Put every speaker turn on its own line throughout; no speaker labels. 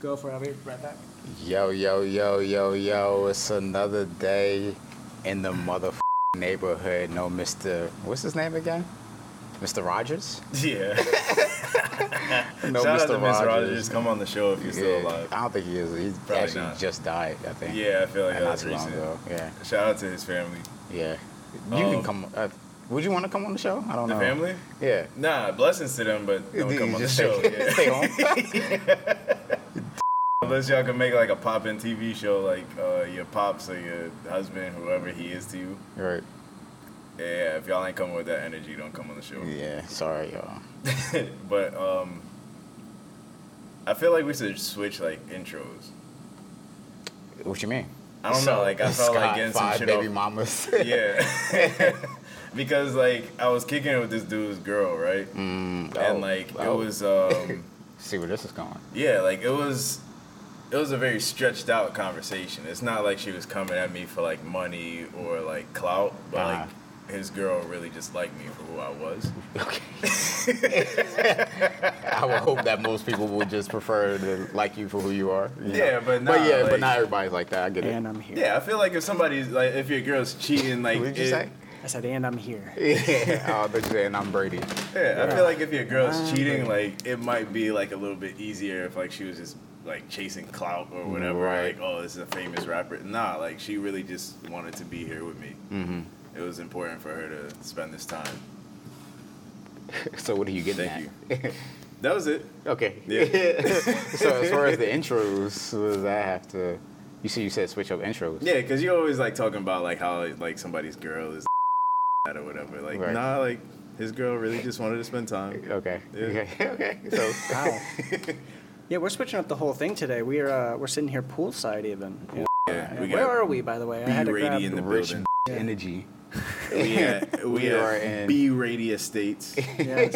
go for it. Right back.
Yo, yo, yo, yo, yo. It's another day in the mother neighborhood. No, Mr. What's his name again? Mr. Rogers?
Yeah.
No,
Shout out to Miss Rogers. Come on the show if you're still
Yeah.
alive.
I don't think he is. He
Probably
actually
not.
just died, I think.
Yeah, I feel like
And
that
not
was
too long
recent.
ago. Yeah,
Shout out to his family.
yeah. You can
Um,
come. Uh, would you want to come on the show? I don't
The
know.
family?
Yeah.
Nah, blessings to them, but don't
You
come on the
just
show.
stay-
Yeah.
stay home.
Unless y'all can make like a pop in TV show, like uh, your pops or your husband, whoever he is to you.
right.
Yeah, if y'all ain't coming with that energy, don't come on the show.
Yeah. Sorry, y'all.
but um, I feel like we should switch like intros.
What you mean?
I don't know, like I felt
Scott,
like getting some
five
shit
baby
off.
mamas.
Yeah. because like I was kicking it with this dude's girl, right?
Mm, oh,
and like
oh.
it was um
See where this is going.
yeah, like it was it was a very stretched out conversation. It's not like she was coming at me for like money or like clout, but
Uh-huh.
like his girl really just liked me for who I was.
Okay. I would hope that most people would just prefer to like you for who you are. you
Yeah,
but
but nah,
yeah, but
like-
not everybody's like that. I get
And I'm here.
Yeah, I feel like if somebody's like if your girl's cheating like
it. What did you
it-
say?
I said, and I'm here.
Yeah. Oh, but you saying I'm Brady.
Yeah, I
Yeah. Uh,
feel like if your girl's
Um,
cheating, like it might be like a little bit easier if like she was just like chasing clout or whatever.
Right.
Like, oh, this is a famous rapper. Nah, like she really just wanted to be here with me.
Mm-hmm.
It was important for her to spend this time.
So what are you getting
Thank
at?
That was it.
okay.
Yeah.
so as far as the intros, what does that have to? You see, you said switch up intros.
Yeah, because you always like talking about like how like somebody's girl is that or whatever. Like,
Right.
nah, like his girl really just wanted to spend time.
Okay.
Yeah.
Okay. Okay. So
Wow. yeah, we're switching up the whole thing today. We're uh, we're sitting here poolside even. Yeah.
Yeah, we
Where
got
are we, by the way? I had to
B-Rady
grab.
in the
rich
building.
energy.
We at, we
We
at
are in-
B Rady Estates.
yes,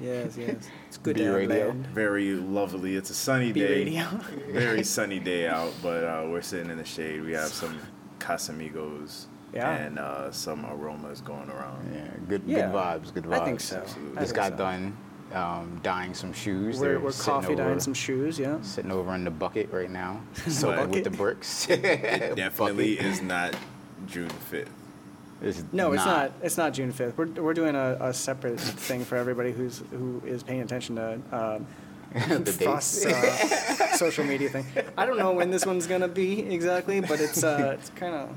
yes, yes. It's good
B
to have
radio.
land.
Very lovely. It's a sunny
B
day.
radio.
very sunny day out, but uh, we're sitting in the shade. We have some Casamigos
Yeah.
and uh, some aromas going around.
Yeah. Good.
Yeah.
Good vibes. Good vibes.
I think so.
absolutely.
I
Just
think
got
so.
done um, dyeing some shoes.
We're,
They're
we're
sitting
coffee
over,
dyeing some shoes. Yeah.
Sitting over in the bucket right now, soaking
Bucket?
with the bricks.
Definitely
Bucket.
is not June 5th.
It's
No, it's not. It's not June fifth. We're, we're doing a, a separate thing for everybody who's who is paying attention to um,
The
Frost's, uh, social media thing. I don't know when this one's gonna be exactly, but it's uh, it's kind of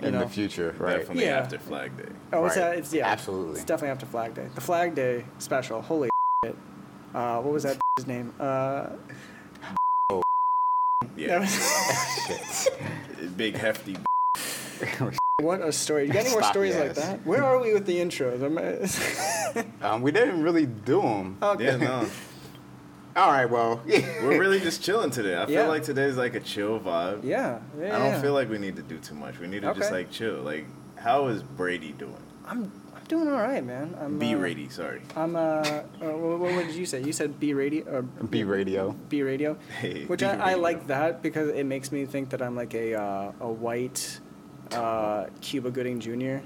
you
in
know.
the future, right?
Definitely
Yeah.
after Flag Day.
Oh, it's, uh,
Right.
it's yeah.
Absolutely.
It's definitely after Flag Day. The Flag Day special. Holy shit. Uh, what was that his name? Uh, that
Yeah.
was-
Big hefty.
what a story. You got any more
Stop,
stories like
yes.
that? Where are we with the intros? Am I-
Um, we didn't really do them.
okay.
Yeah, no.
All right, well,
We're really just chilling today. I feel
Yeah.
like today's like a chill vibe.
Yeah. yeah.
I don't feel like we need to do too much. We need to just
Okay.
like chill. Like, how is Brady doing?
I'm, I'm doing all right, man. I'm,
B
uh,
Rady, sorry.
I'm uh, uh what, what did you say? You said B radio or
B radio.
B radio,
Hey,
which
B
I, I
radio.
like that because it makes me think that I'm like a uh, a white uh, Cuba Gooding Jr.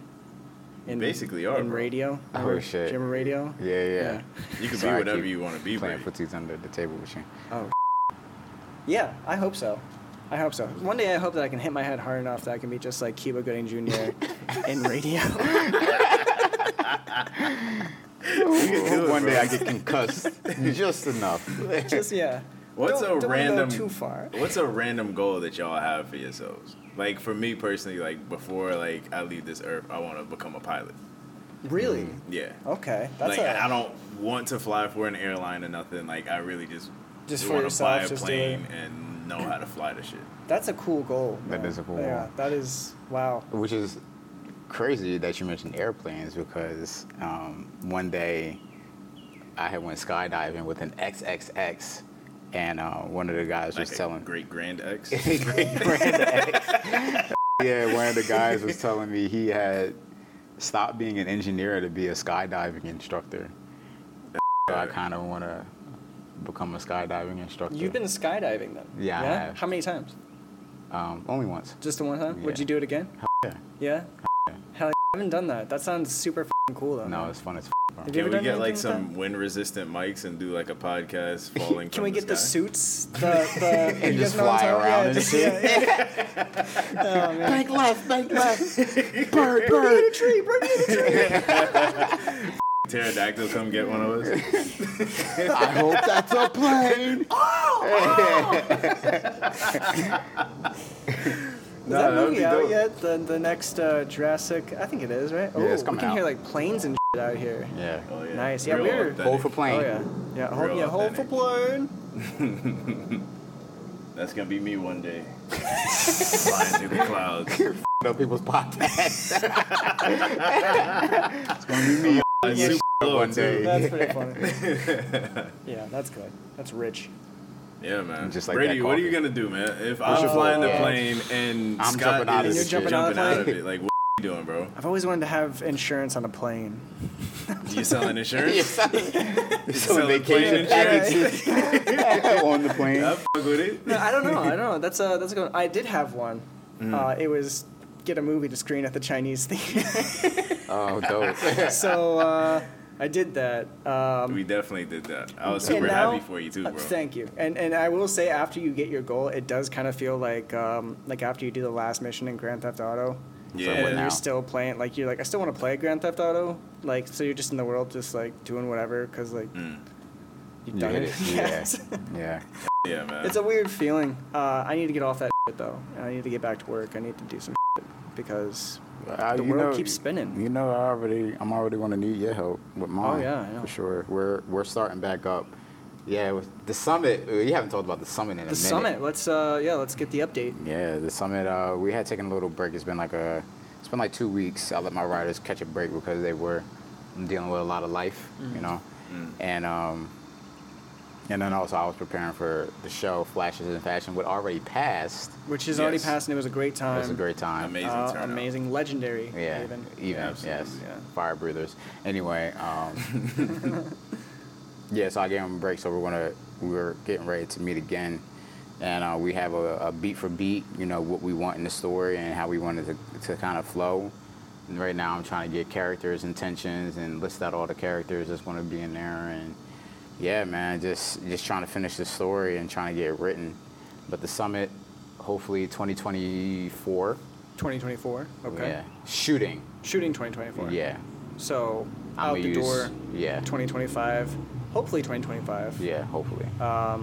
in
basically are,
in
bro.
radio.
Oh,
Remember
shit.
Jim radio.
Yeah, yeah.
You can
Sorry, I
be whatever
keep
you want to be,
Playing
Brady.
footsies under the table with you.
Oh. Yeah, I hope so. I hope so. One day I hope that I can hit my head hard enough that I can be just like Cuba Gooding Jr. in radio.
do it,
One day
bro.
I get concussed just enough.
just yeah.
What's
Don't- don't
a
go
random
too far?
What's a random goal that y'all have for yourselves? Like for me personally, like before like I leave this earth, I want to become a pilot.
Really?
Yeah.
Okay, Oh, that's
Hmm. like
a-
I I don't want to fly for an airline or nothing. Like I really just
Just for
wanna
yourself,
buy a
just do
plane
it.
and know how to fly the shit.
That's a cool goal.
That
man.
is a cool
yeah,
goal.
that is wow.
which is crazy that you mentioned airplanes because um, one day I had went skydiving with an XXX, and uh, one of the guys
Like
was
a
telling
great grand X.
yeah, one of the guys was telling me he had stopped being an engineer to be a skydiving instructor. So I kind of want to become a skydiving instructor.
You've been skydiving then?
Yeah, I have.
How many times?
um, only once.
Just the one time? Would
Yeah.
you do it again?
yeah.
Yeah. Hell yeah. I haven't done that. That sounds super f cool though.
No,
man.
it's fun as f- bro.
Have you
Can
ever
we
done
get like
anything with
some wind resistant mics and do like a podcast falling
that?
from
Can we get the,
sky?
suits? The, the
And
you
just
guys know what I'm talking- yeah,
fly around and
just-
shit.
yeah, yeah.
Bank left, bank left. Bird, bird.
Pterodactyl come get one of us.
I hope that's a plane.
Is that
that would
movie
be
out
dope.
yet? The, the next uh, Jurassic, I think it is, right?
Yeah, it's
Ooh, we
coming
can hear
out.
like planes and shit out here.
Yeah.
Oh, yeah.
Nice. Yeah,
Real
we were-
authentic.
Hold for plane.
Oh yeah, yeah, hold,
Real
yeah, hold for
authentic.
plane.
That's gonna be me one day. Flying through the clouds.
Up people's podcasts.
I
Yeah,
super low,
one
too.
day.
That's pretty funny. yeah, that's good. That's rich.
Yeah, man.
Just like
Brady,
that
what are you
coffee.
gonna do, man? If
What's
I'm
your
flying the
plan?
plane and
I'm
Scott
jumping out of
is
this You're
shit. jumping out of the
it, like what are you doing, bro?
I've always wanted to have insurance on a plane.
You selling
You're
insurance?
selling, you're selling
Selling plane
vacation
insurance.
packages on the plane.
I fuck with it.
No, I don't know. I don't know. That's a that's a good. One. I did have one.
Mm.
Uh, it was get a movie to screen at the Chinese theater.
Oh, dope.
so uh, I did that. Um,
We definitely did that. I was
And
super
now-
happy for you too,
uh,
bro.
Thank you. And and I will say, after you get your goal, it does kind of feel like um, like after you do the last mission in Grand Theft Auto,
Yeah.
when
Now.
you're still playing, like you're like, I still want to play Grand Theft Auto. Like, so you're just in the world, just like doing whatever, because like you've
You
done
hit
it.
it. Yeah.
Yes.
yeah.
Yeah, man.
it's a weird feeling. Uh, I need to get off that shit, though. And I need to get back to work. I need to do some shit because
Uh,
the
you
world
know-
keeps spinning. Oh,
You know, I already, I'm already going to need your help with mine.
yeah, I know.
for sure. We're we're starting back up. Yeah, with the summit. We haven't talked about the summit in
the
a minute.
summit. Let's uh, yeah, let's get the update.
Yeah, the summit. Uh, we had taken a little break. It's been like a, it's been like two weeks. I let my riders catch a break because they were dealing with a lot of life,
Mm.
you know, and um, and then also I was preparing for the show Flashes in Fashion, what already passed.
Which is already
Yes.
passed, and it was a great time.
It was a great time.
Amazing
Uh,
turnout.
amazing, legendary.
Yeah,
even.
even,
Yeah,
yes,
absolutely,
yeah.
fire breathers. Anyway, um, yeah, so I gave them a break, so we're gonna we were getting ready to meet again, and uh, we have a, a beat for beat, you know, what we want in the story and how we want it to, to kind of flow. And right now, I'm trying to get characters, intentions, and list out all the characters that's gonna be in there, and yeah, man, just just trying to finish the story and trying to get it written. But the summit, hopefully, 2024.
2024. Okay.
Yeah, shooting.
Shooting 2024.
Yeah.
So
I'ma
out the
use-
door.
yeah.
2025. Hopefully 2025.
Yeah, hopefully.
uh,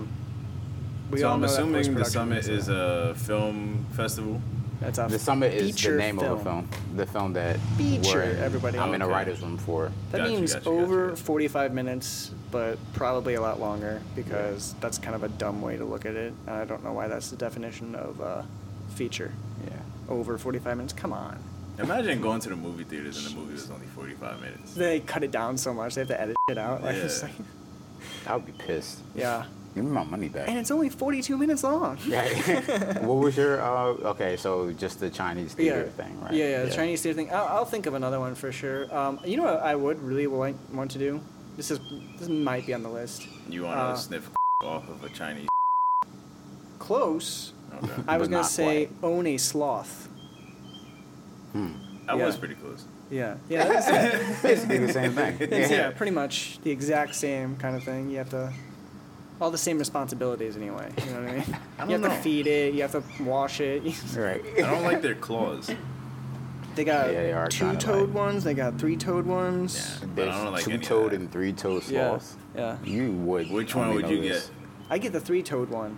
We
so
all
I'm
know that
assuming the
post-production
summit is
uh,
a film festival.
That's a
the summit is the
feature
name of the film. The film that
Feature,
we're in.
everybody.
I'm in a
Okay.
writer's room for.
That
Gotcha,
means
gotcha, gotcha,
over
gotcha.
45 minutes, but probably a lot longer because that's kind of a dumb way to look at it. And I don't know why that's the definition of uh, feature.
Yeah.
Over 45 minutes. Come on.
Imagine going to the movie theaters and the movie was only 45 minutes.
They cut it down so much. They have to edit it out. Like, it's
Yeah.
like,
I would be pissed.
yeah.
Give me my money back.
And it's only 42 minutes long.
Yeah. what was your? Uh, okay, so just the Chinese theater thing, right?
Yeah, yeah, the Chinese theater thing. I'll, I'll think of another one for sure. Um, you know what I would really like, want to do? This is this might be on the list.
You want to
Uh,
sniff off of a Chinese.
Close.
Okay.
I was
But
gonna
not
say own a sloth.
That
yeah.
was pretty close.
Yeah, yeah, that's,
Basically the same thing.
that's- yeah, pretty much the exact same kind of thing. You have to all the same responsibilities anyway. You know what I mean?
I
you have
don't
to
know.
feed it. You have to wash it.
Right.
I don't like their claws.
they got
Yeah, they are kinda
two-toed
like-
ones. They got three-toed ones.
Yeah. But I don't
There's
like any of
two-toed
that.
and three-toed
Yeah,
sloths.
yeah.
You would.
Which
only
one would
know
you
this.
get?
I get the three-toed one.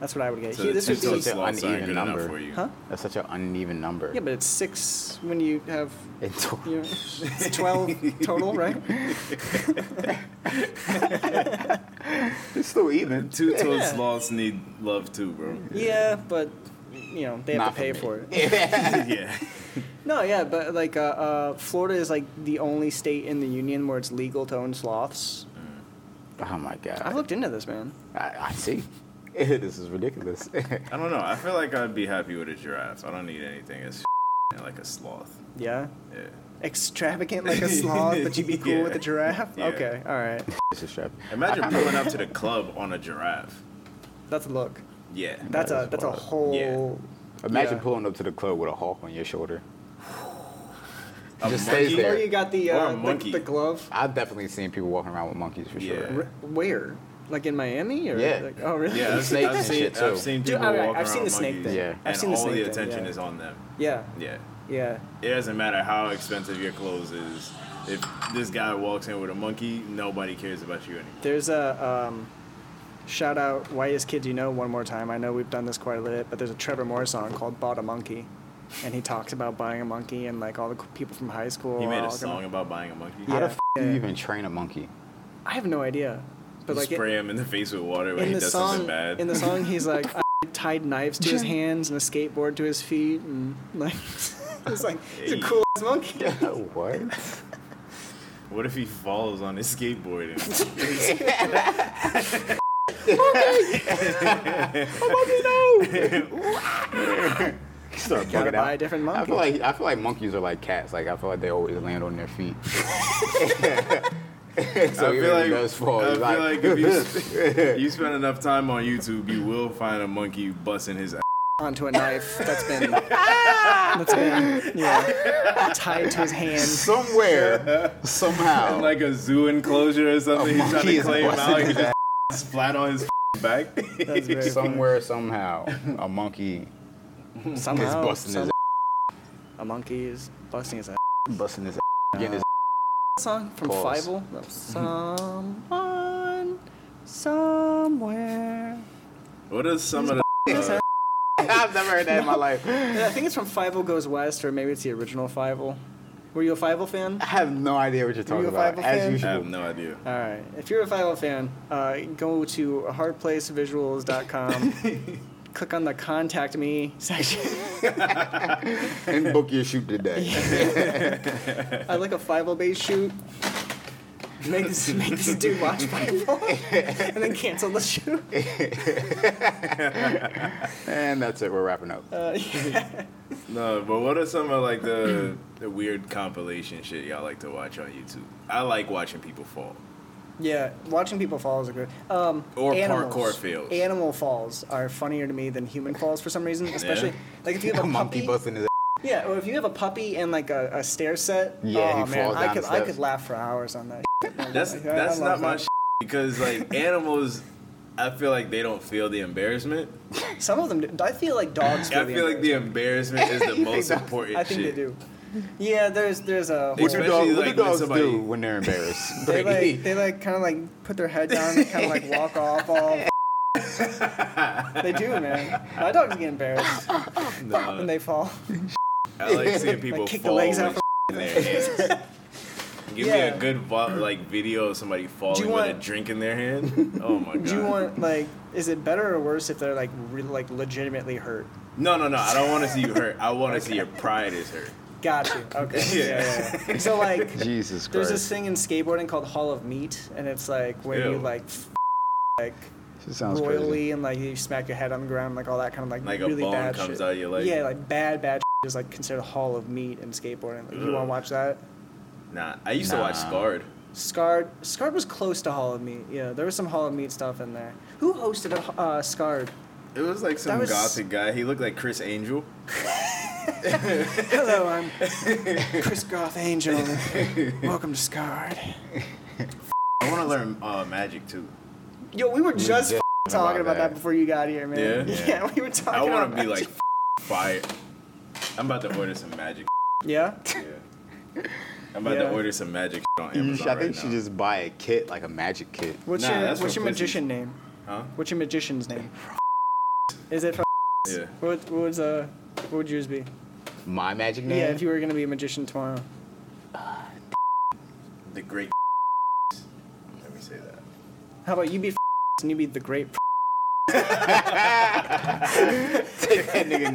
That's what I would get.
So
Here,
the
this would
two-toed
be,
Such an
sloths aren't
uneven
good enough
number.
for you.
huh?
That's such an uneven number.
Yeah, but it's six when you have
It's-
you know, it's twelve total, right?
it's still even.
Two-toed
Yeah.
sloths need love too, bro.
Yeah, but you know they have
Not
to pay for,
for
it.
yeah.
No, yeah, but like uh, uh, Florida is like the only state in the union where it's legal to own sloths.
Oh my god.
I've looked into this, man.
I, I see. this is ridiculous.
I don't know. I feel like I'd be happy with a giraffe. I don't need anything as like a sloth.
Yeah,
Yeah.
extravagant like a sloth, but you'd be cool with a
Yeah.
giraffe.
Yeah.
Okay, all right,
this is trap.
Imagine pulling up to the club on a giraffe.
that's a look.
Yeah.
That's
That
a
is
that's a
wild.
whole. Oh,
Yeah.
Imagine
yeah.
pulling up to the club with a hawk on your shoulder.
A
Just stays
monkey?
Where
there.
you got the
Or a
uh, the,
monkey.
the glove?
I've definitely seen people walking around with monkeys for sure.
R- where? Like in Miami or?
Yeah.
Like, oh really?
Yeah, I've,
Snakes
I've
and
seen,
shit, too.
I've seen
Dude,
people
I've- I've
walk around
seen the snake
monkeys,
thing.
Yeah.
I've
And
seen the
all
snake
the
thing,
attention
yeah.
is on them.
Yeah.
Yeah.
Yeah.
It doesn't matter how expensive your clothes is. If this guy walks in with a monkey, nobody cares about you anymore.
There's a um, shout out whitest kids you know one more time. I know we've done this quite a bit, but there's a Trevor Moore song called "Bought a Monkey," and he talks about buying a monkey and like all the c- people from high school.
He made
are all
a
gonna-
song about buying a monkey.
How the
Yeah.
f- do you even train a monkey?
I have no idea, but
You
like it-
spray him in the face with water when
in
he
the
does
song,
something bad.
in the song, he's like I tied knives to his hands and a skateboard to his feet, and like it's like he's a
Hey.
cool ass monkey.
what?
what if he falls on his skateboard? And
Start
Gotta
bugging
buy
out.
a different
I
monkey.
feel like I feel like monkeys are like cats. Like I feel like they always land on their feet. so
I
even
feel
if
like,
he does fall,
I
he's
feel
like,
like if you, sp- you spend enough time on YouTube, you will find a monkey busting his ass.
onto a knife that's been that's been yeah tied to his hand.
somewhere, somehow,
Like a zoo enclosure or something. He's trying
Oh. monkey
to
is
claim
busting
out. He
his
just splat on his back.
That's very funny.
somewhere, somehow, a monkey is
Somehow,
busting his
some- a monkey is busting his ass.
ass, busting his ass, getting his
song from
Pause.
Fievel. Someone, somewhere.
What is some of
I've never heard that in my life. I
Yeah, I think it's from Fievel Goes West, or maybe it's the original Fievel. Were you a Fievel fan?
have no idea what you're talking
you a
about.
Bible fan?
As
the. I have
usual.
no idea.
All right. If you're a Fievel fan, uh, go to hardplacevisuals.com, click on the Contact Me section.
And book your shoot today.
I'd like a Fievel based shoot. Make this, make this dude watch Fievel, and then cancel the shoot.
and that's it. We're wrapping up.
Uh, yeah.
No, but what are some of like the the weird compilation shit y'all like to watch on YouTube? I like watching people fall.
Yeah, watching people fall is a good. Um,
Or
animals.
parkour fails.
Animal falls are funnier to me than human falls for some reason, especially like if you have
a
a
monkey
puppy.
busting his
Yeah, or if you have a puppy and like a, a stair set.
Yeah,
oh
he
man,
falls
I
down
could
the
I
steps.
could laugh for hours on that.
That's
I- I
that's
love
not my
that.
shit because like animals, I feel like they don't feel the embarrassment.
Some of them, do. I feel like dogs.
I feel like the embarrassment is the
think
most
dogs-
important.
I think
shit.
they do. Yeah, there's there's a.
What
whole-
do
What do, dogs,
Especially,
what
like,
do
when
dogs
somebody-
do when they're embarrassed?
They
Brady?
like they like kind of like put their head down and kind of like walk off all. they do, man. My dogs get embarrassed when
No,
they fall.
I like seeing people
kick the
fall
legs out
with shit in their hands. Give me
Yeah.
a good vo- like video of somebody falling
want-
with a drink in their hand. Oh my god!
Do you want like? Is it better or worse if they're like re- like legitimately hurt?
no, no, no! I don't want to see you hurt. I want to see your pride is hurt.
Got you. Okay.
Yeah.
yeah. yeah, yeah. So like,
Jesus Christ.
there's this thing in skateboarding called Hall of Meat, and it's like where
Ew.
you like f- like
This sounds
royally and like you smack your head on the ground, like all that kind of like,
Like a
really
bone
bad
comes
shit.
out of your leg?
Yeah, like bad bad shit is like considered Hall of Meat in skateboarding. Like, you want
Ugh.
to watch that?
Nah, I used to watch
Nah.
Scarred.
Scarred. Scarred was close to Hall of Meat. Yeah, there was some Hall of Meat stuff in there. Who hosted a, uh, Scarred?
It was like some
That was-
gothic guy. He looked like Chris Angel.
Hello, I'm Chris Goth Angel. Welcome to Scarred.
I want to learn uh, magic too.
Yo, we were just,
just
f talking about that. before you got here, man.
Yeah?
Yeah, we were talking.
I
about
want to be
that.
like fire. I'm about to order some magic.
Yeah.
Yeah. I'm about to
Yeah.
order some magic on
You
Amazon
should- Mm, I think
right
you
now.
should just buy a kit, like a magic kit.
What's
Nah,
your
that's
What's
for
your
pussies.
magician name?
Huh?
What's your magician's name? Is it? From
Yeah.
what What was uh? What would yours be?
My magic
Yeah.
name?
if you were gonna be a magician tomorrow.
The great. Let me say that.
How about you be f- and you be the great? P-
Take that nigga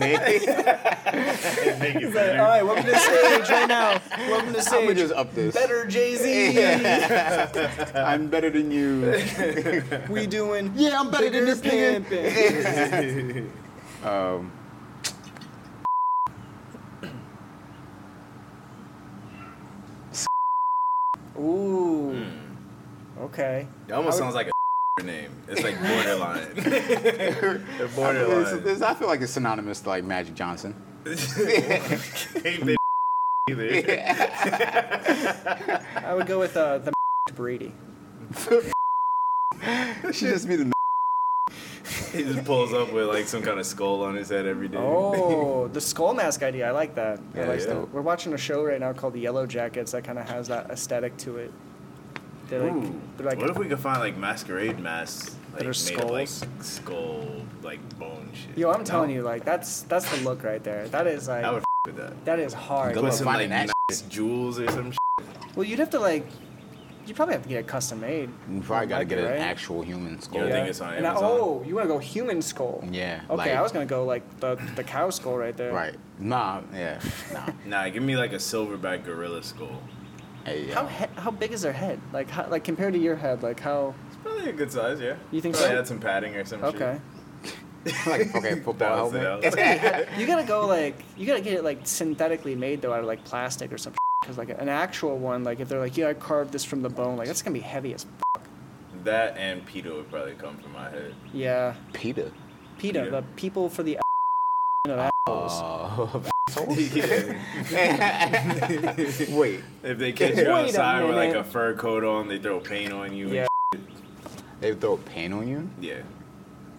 name.
He's like, all right, welcome to the stage right now. Welcome to the
I'm gonna
stage.
just up this.
Better Jay Z.
I'm better than you.
We doing.
yeah, I'm better than
bigger
this nigga.
pimpin'.
Um,
Ooh. Okay.
It almost sounds like a name. It's like borderline. They're
it's,
borderline.
it's- I feel like it's synonymous to like Magic Johnson.
Ain't been either.
I would go with uh, the Brady.
should just be the.
He just pulls up with like some kind of skull on his head every day.
Oh, the skull mask idea. I like that.
Yeah,
I like
that's
that.
dope.
We're watching a show right now called The Yellow Jackets that kind of has that aesthetic to it. They're like,
Ooh.
they're like
what if we could find like masquerade masks like
That are
made of like
skulls?
skull like bone shit?
yo, I'm telling you, like that's that's the look right there. That is like
I would f- with that.
that is hard.
Good luck
Put some like
finding
nice
that
jewels or some shit.
Well, you'd have to like, you probably have to get it custom made.
You probably got to get an
Right?
actual human skull.
I think it's on
And I-
Amazon.
oh, you want to go human skull?
Yeah,
Okay,
like-
I was gonna go like the the cow skull right there.
Right. Nah. Yeah. Nah.
Nah, give me like a silverback gorilla skull.
Hey, yo.
How he- how big is their head? Like how, like compared to your head, like how?
It's probably a good size, yeah.
You think
probably
so?
Add some padding or some
Okay.
like a fucking
shit. Balance
football
it
helmet.
out.
You gotta go like you gotta get it like synthetically made though out of like plastic or some because like an actual one like if they're like yeah I carved this from the bone like that's gonna be heavy as f-
that and Peter would probably come from my head.
yeah
Peter.
PETA
Yeah.
the people for the of assholes
Oh.
Yeah.
Wait.
if they catch
Wait
you
a
outside with like a
minute.
fur coat on, they throw paint on you.
yeah
They throw paint on you?
And, yeah.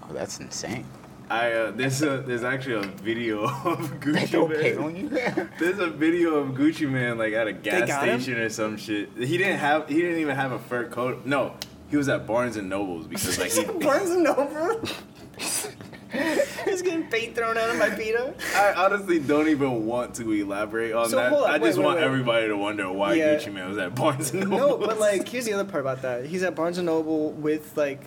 Oh, that's insane.
I uh, there's a there's actually a video of
They throw
Gucci
paint
Man.
on you?
There's a video of Gucci Man like at a gas
got him?
station or some shit. He didn't have he didn't even have a fur coat. No, he was at Barnes and Nobles because like he.
Barnes and Noble he's getting paint thrown at him by PETA
I honestly don't even want to elaborate on
So,
that.
hold on,
I just
wait, wait,
want
wait.
everybody to wonder why
Yeah.
Gucci Man was at Barnes and
no
Nobles.
but like here's the other part about that he's at Barnes and Noble with like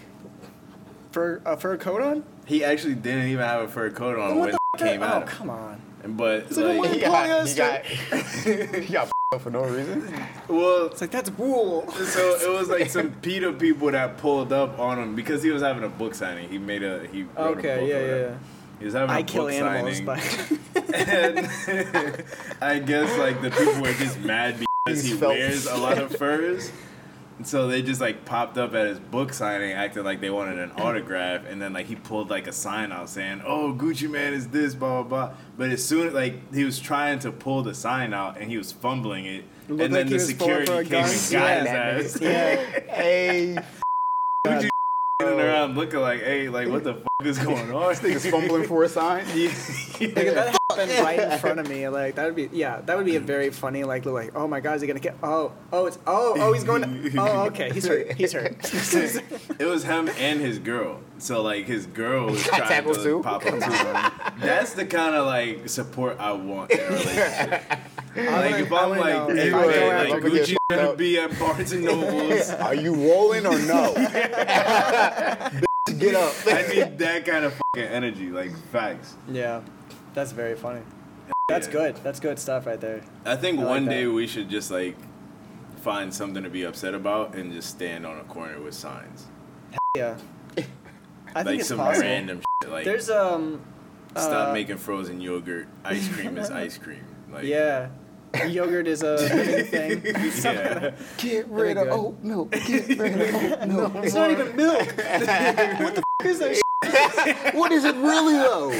fur a fur coat on
he actually didn't even have a fur coat
Then
on when
what
it
the f-
came
oh
out.
come on
But
like "Oh, a
like,
wig.
he got, he got, he got up for no reason.
well,
it's like that's wool
so it was like some PETA people that pulled up on him because he was having a book signing. He made a he wrote a
okay
book or whatever.
yeah yeah.
He was having a
I
book
kill animals,
signing,
but
and I guess like the people were just mad because
He's
he
felt-
wears a lot of furs. And So they just like popped up at his book signing, acting like they wanted an autograph, and then like he pulled like a sign out saying, "Oh, Gucci Man is this, blah blah blah." But as soon like he was trying to pull the sign out and he was fumbling it,
looked
and
like
then
he
the
was pulling
security
for a
came and got
gun.
his
Yeah,
ass.
yeah,
Hey,
Gucci standing around looking like, "Hey, like what the fuck is going on?"
niggas fumbling for a sign.
like, if that happened right in front of me, like that would be yeah, that would be a very funny like little like oh my god, is he gonna get oh oh it's oh oh he's going to, oh okay he's hurt he's hurt.
It was him and his girl. So like his girl was
Got
trying
tackled
to
too?
pop up too. That's the kind of like support I want in a relationship. like if
I
I'm
wanna
like,
know.
hey,
If I
go
man,
out,
like
I'm gonna get
Gucci
fucked
gonna
up.
be at Barnes and Nobles.
Are you rolling or no? Bitch, Get up.
I need that kind of fucking energy. Like facts.
yeah, that's very funny. That's
Yeah.
good. That's good stuff right there.
I think
I like
one day
that.
we should just like find something to be upset about and just stand on a corner with signs.
Yeah, I think
like
it's
some
possible.
random shit. Like
There's um
stop
uh,
making frozen yogurt. Ice cream is ice cream. Like
yeah, yogurt is a living thing.
yeah.
Get
rid of good.
oat milk. Get rid of oh, oat milk.
It's not even milk. what the f- is that?
What is it really though?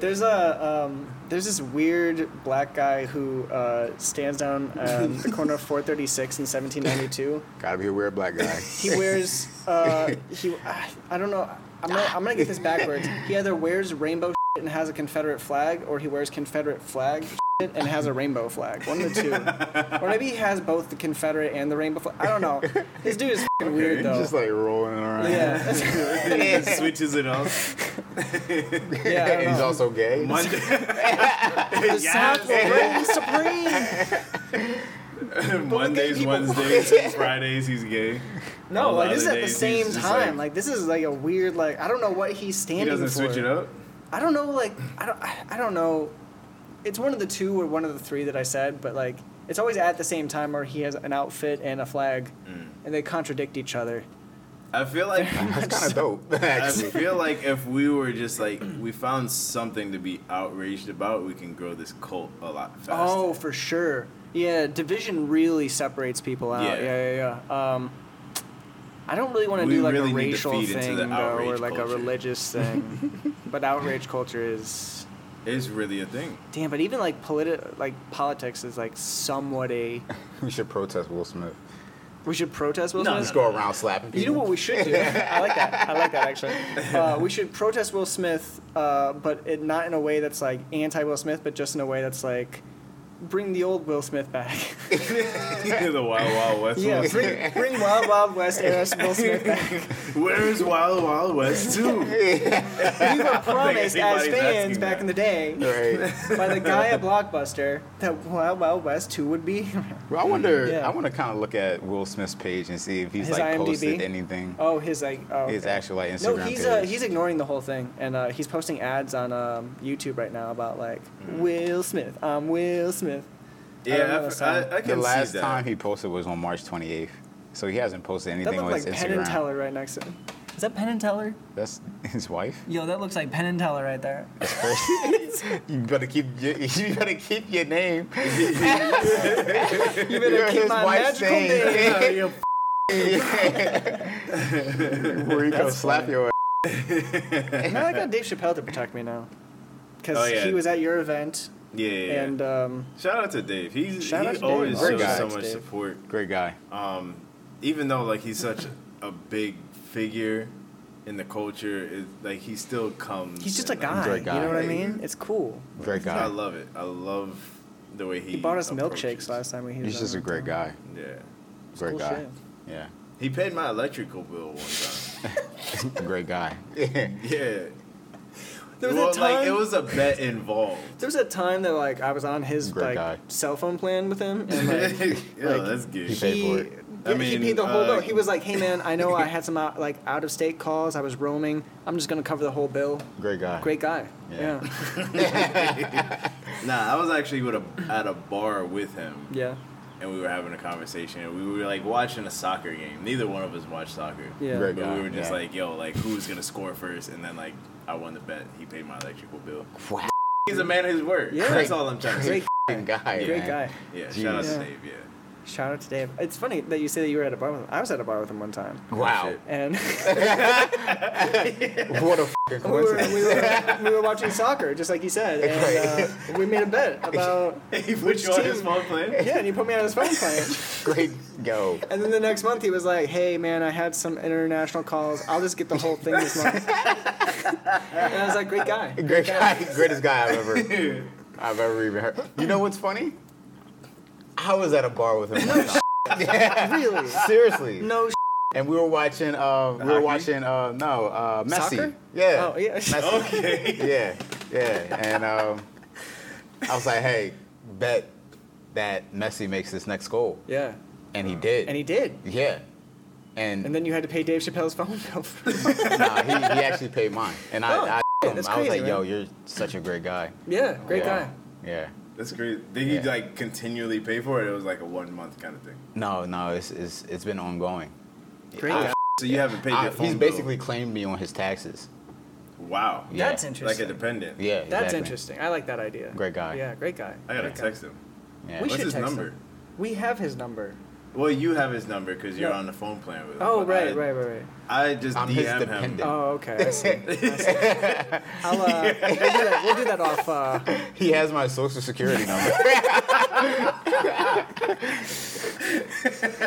There's a um, there's this weird black guy who uh, stands down um, the corner of 436 and 1792.
Gotta be a weird black guy.
He wears uh, he I- I don't know. I'm gonna, I'm gonna get this backwards. He either wears rainbow shit and has a Confederate flag, or he wears Confederate flag shit and has a rainbow flag. One of the two. Or maybe he has both the Confederate and the rainbow flag. I don't know. This dude is fucking weird though.
Just like rolling around.
yeah,
He just switches it off.
yeah. I don't
And he's
know.
also gay.
Monday.
the South will reign supreme.
Mondays,
people-
Wednesdays, and Fridays, he's gay.
No,
All
like
the
this is
other
at the
days,
same
he's just
time. Like,
like-
this is like a weird like I don't know what he's
He
standing
doesn't
for.
switch it up.
I don't know like I don't I I don't know. It's one of the two or one of the three that I said, but like it's always at the same time where he has an outfit and a flag,
Mm.
and they contradict each other.
I feel like
That's kind of dope,
I
actually.
feel like if we were just like we found something to be outraged about, we can grow this cult a lot faster.
Oh, for sure. Yeah, division really separates people out.
Yeah.
Yeah, yeah, yeah. Um, I don't really want to
We
do like
really
a
need to
racial
feed into
thing
the
though, or
outrage
like
culture.
a religious thing, but outrage culture is
It's really a thing.
Damn, but even like politi- like politics is like somewhat a.
We should protest Will Smith.
We should protest Will
No,
Smith.
Just go around slapping people.
You know what we should do? I like that. I like that actually. Uh, we should protest Will Smith, uh, but it, not in a way that's like anti Will Smith, but just in a way that's like bring the old Will Smith back.
the Wild Wild West.
yeah, bring, bring Wild Wild West era Will Smith back.
Where is Wild Wild West too?
We were promised as
everybody's
fans back
asking that.
in the day
Right.
by the guy at Blockbuster that Wild Wild West two would be.
Well, I wonder.
Yeah.
I want to kind of look at Will Smith's page and see if he's
His
like
IMDb?
posted anything.
oh, his like oh,
His
okay.
actual like
No,
Instagram
he's
page.
uh, he's ignoring the whole thing, and uh, he's posting ads on um, YouTube right now about like Will Smith. I'm Will Smith.
Yeah,
I don't know
I,
the
f-
song.
I- I can
the last
see that.
time he posted was on March 28th, so he hasn't posted
That
anything on
looks
his
like Penn and
Instagram.
Teller right next to him. Is that Penn and Teller?
That's his wife.
Yo, that looks like Penn and Teller right there.
You better keep your, you better keep your name.
You better keep my magical name.
Yeah, you're f-
Where you go slap your.
now I got Dave Chappelle to protect me now, because
Oh, yeah.
he was at your event,
yeah, yeah, yeah.
and um,
shout out to Dave. He's
Shout
he
out to Dave.
always
Great guy.
shows so much
Dave.
support.
Great guy.
Um, even though like he's such a big figure in the culture, it, like he still comes.
he's just a
and, like,
guy.
a
You
guy.
know what I mean? It's cool.
Great
I
guy.
love it. I love the way he.
He bought us
approaches.
milkshakes last time we.
He's just a great guy.
Yeah,
Great
cool
guy.
shit.
Yeah.
he paid my electrical bill one time.
Great guy.
yeah.
There was
well,
that time.
like it was a bet involved.
There was a time that like I was on his
Great
like
guy.
cell phone plan with him, and
yeah,
like like,
that's good.
He paid for it.
I
I
he
mean,
paid the whole
uh,
bill. He was like, "Hey man, I know I had some out, like out of state calls. I was roaming. I'm just gonna cover the whole bill."
Great guy.
Great guy.
Yeah.
Yeah.
Nah, I was actually with a, at a bar with him,
Yeah.
and we were having a conversation. and We were like watching a soccer game. Neither one of us watched soccer.
Yeah.
Great
But
guy.
we were just
yeah.
like, yo, like who's gonna score first? And then like I won the bet. He paid my electrical bill.
Wow.
He's a man of his word.
Yeah.
That's all I'm trying to
Great,
say.
Great guy.
great
man.
guy.
Yeah, shout out
Jeez.
to
Yeah.
Dave. Yeah.
Shout out to Dave. It's funny that you say that you were at a bar with him. I was at a bar with him one time,
Wow.
Shit.
and
What a fucking
we were,
coincidence.
we, were, we were watching soccer, just like you said, and uh, we made a bet about
He put
Which
you on his
team?
phone plan.
yeah, and he put me on his phone plan.
Great go.
And then the next month he was like, "Hey man, I had some international calls. I'll just get the whole thing this month." and I was like, "Great guy."
Great guy. Greatest guy I've ever I've ever even heard. You know what's funny? I was at a bar with him. one time.
Really?
Seriously.
No. s***.
And we were watching uh we were
hockey?
watching uh no, uh Messi.
Soccer?
Yeah.
Oh yeah.
Okay.
Yeah. Yeah. And um I was like, hey, bet that Messi makes this next goal.
Yeah.
And he did.
And he did.
Yeah. And,
And then you had to pay Dave Chappelle's phone bill.
nah, he, he actually paid mine. And I,
Oh,
I, him.
that's
I was
crazy,
like, yo,
man.
you're such a great guy.
yeah, great
Yeah.
guy.
Yeah.
That's great. Did he
Yeah.
like continually pay for it? It was like a one month kind of thing.
No, no, it's it's it's been ongoing.
Great
I-
guy.
So you haven't paid
I-
your phone
Uh, he's
bill.
basically claimed me on his taxes.
wow.
Yeah.
That's
Like a
interesting.
dependent.
Yeah,
That's
exactly.
interesting. I like that idea.
Great guy.
Yeah, great guy.
I gotta
Great guy.
text him.
Yeah.
We
What's
should
his
text
number?
him. We have his number.
Well, you have his number because you're
No.
on the phone plan with him.
Oh
but I,
right, right, right, right.
I just
I'm
DM
his
him.
dependent.
Oh okay. I see. I see. I'll, uh, we'll, do that. we'll do that off. Uh,
He has my social security number.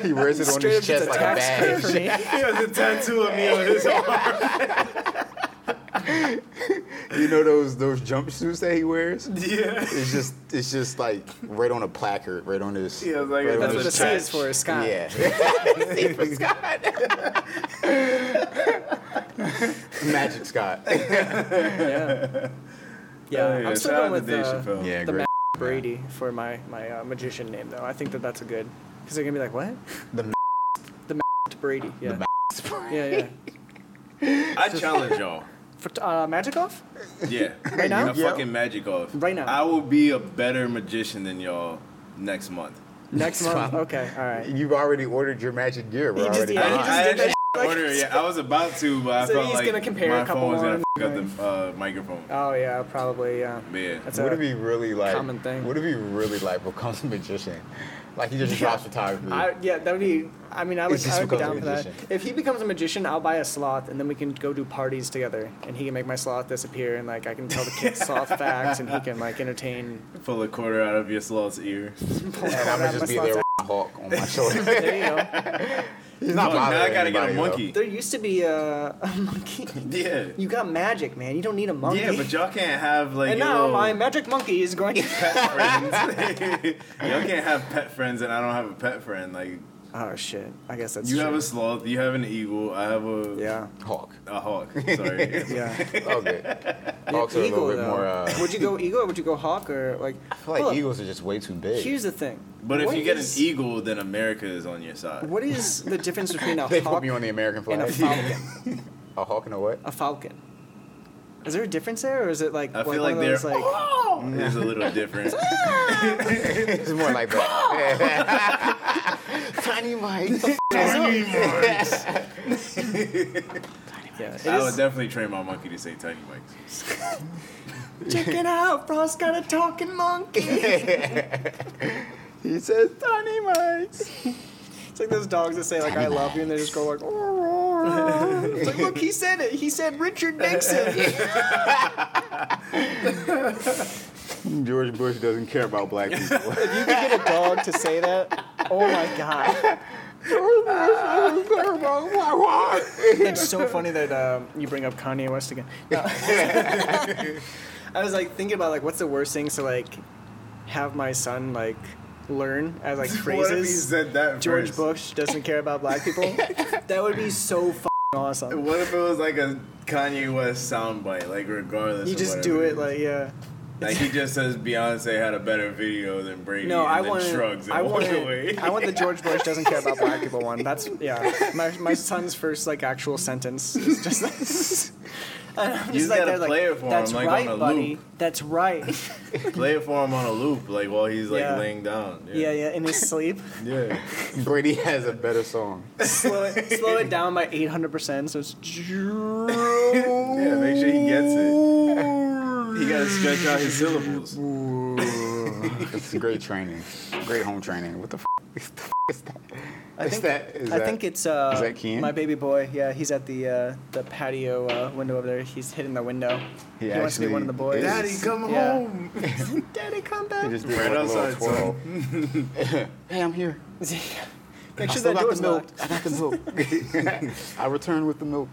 he wears it on
straight up
his
just
chest
a
like a
tax code for me.
badge.
he has a tattoo of me on his arm.
You know those those jumpsuits that he wears?
yeah.
It's just it's just like right on a placard, right on his.
Yeah, it's like-
right on
That's what
his
the C is
Attached.
for, is Scott.
Yeah. See for Scott. Magic Scott.
yeah. Yeah,
Oh, yeah.
I'm still
Shout
going
out to
with
Dave
uh,
Chappelle.
Yeah,
the
great.
Matt Brady for my my uh, magician name though. I think that that's a good because they're gonna be like what
The Matt.
the Matt Brady yeah
Matt.
yeah yeah
I challenge y'all.
for uh, magic off
Yeah.
Right now?
A
Yeah.
fucking magic off.
Right now.
I will be a better magician than y'all next month.
next month okay all right
You've already ordered your magic gear. We're
He just-
already
yeah, he
behind.
just-
I
did that
actually
Like,
order. Yeah, I was about to, but I
So
felt
he's
like
gonna compare
my
a couple
phone was gonna
more
fuck up the uh, microphone.
Oh yeah, probably yeah.
Man,
That's
Would
a-
it be really like?
common thing.
Would it be really like becomes a magician? Like he just drops photography.
I, yeah, that would be. I mean, I would,
He just
I would be
becomes
down
a
for that.
magician.
If he becomes a magician, I'll buy a sloth, and then we can go do parties together, and he can make my sloth disappear, and like I can tell the kids sloth facts, and he can like entertain.
pull a quarter out of your sloth's ear.
and
Out
I'm
of
gonna
my
just be
sloth
there
facts.
with a hawk on my shoulder.
There you go.
He's
Oh, now I
bothering
gotta get
anybody,
a
though.
monkey.
There used to be a, a monkey.
Yeah,
You got magic, man. You don't need a monkey.
yeah, but y'all can't have like.
and
your
now
little
my magic monkey is going. to...
pet friends. y'all can't have pet friends, and I don't have a pet friend. Like
oh shit! I guess that's
you
true.
have a sloth, you have an eagle, I have a
yeah.
Hawk.
a hawk. Sorry.
Yeah,
Oh, good. Hawks are a
eagle.
little bit
though.
more. Uh,
would you go eagle or would you go hawk or like?
I feel like
Look,
eagles are just way too big.
Here's the thing.
But if
What
you get an
is-
eagle, then America is on your side.
What is the difference between a
they put
hawk
me on the American
and a
flag.
falcon?
A hawk and a what?
A falcon. Is there a difference there, or is it like
I
one-
feel
one
like
of
they're
those like?
is a little different.
It's more like that. Tiny Mike.
Yeah, it
I would
is-
definitely train my monkey to say tiny mics.
check it out, Frost got a talking monkey.
he says Tiny Mike.
it's like those dogs that say like I love you, and they just go like. "Roar, roar, roar." it's like look, he said it. He said Richard Nixon.
George Bush doesn't care about black people.
you could get a dog to say that. Oh my god,
George Bush doesn't care about black
it's so funny that um, you bring up Kanye West again. No. I was like thinking about like what's the worst thing to like have my son like learn as like phrases.
What if he said that
George
first?
Bush doesn't care about black people. that would be so f- awesome.
What if it was like a Kanye West soundbite, like regardless?
You
of
just
whatever
do it
is?
like yeah.
like he just says Beyonce had a better video than Brady.
No,
and
I
then
want
shrugs and
I want
walks away.
I want the George Bush doesn't care about black people one. That's yeah. My my son's first like actual sentence is just this. And I'm
You
just like,
gotta
there, like,
play it for him,
That's
like, on
right,
a
buddy.
loop."
That's right.
Play it for him on a loop, like while he's like
Yeah.
laying down.
Yeah, yeah. In his sleep,
yeah. yeah.
Brady has a better song.
slow it slow it down by eight hundred percent. So it's
Yeah, make sure he gets it. He gotta stretch out his syllables.
It's great training. Great home training. What the f- is the f- is that?
I
Is
think
that- is
I
that-
think it's uh,
is that Kian?
my baby boy. Yeah, he's at the uh, the patio uh, window over there. He's hitting the window. He, wants to be
actually
one of the boys.
is.
Daddy, come
Yeah.
home.
Daddy, come
He
back.
just did
Right
like a little
outside,
twirl. hey, I'm here.
Make sure that
still got
door's
the milk.
locked.
I got the milk. I return with the milk.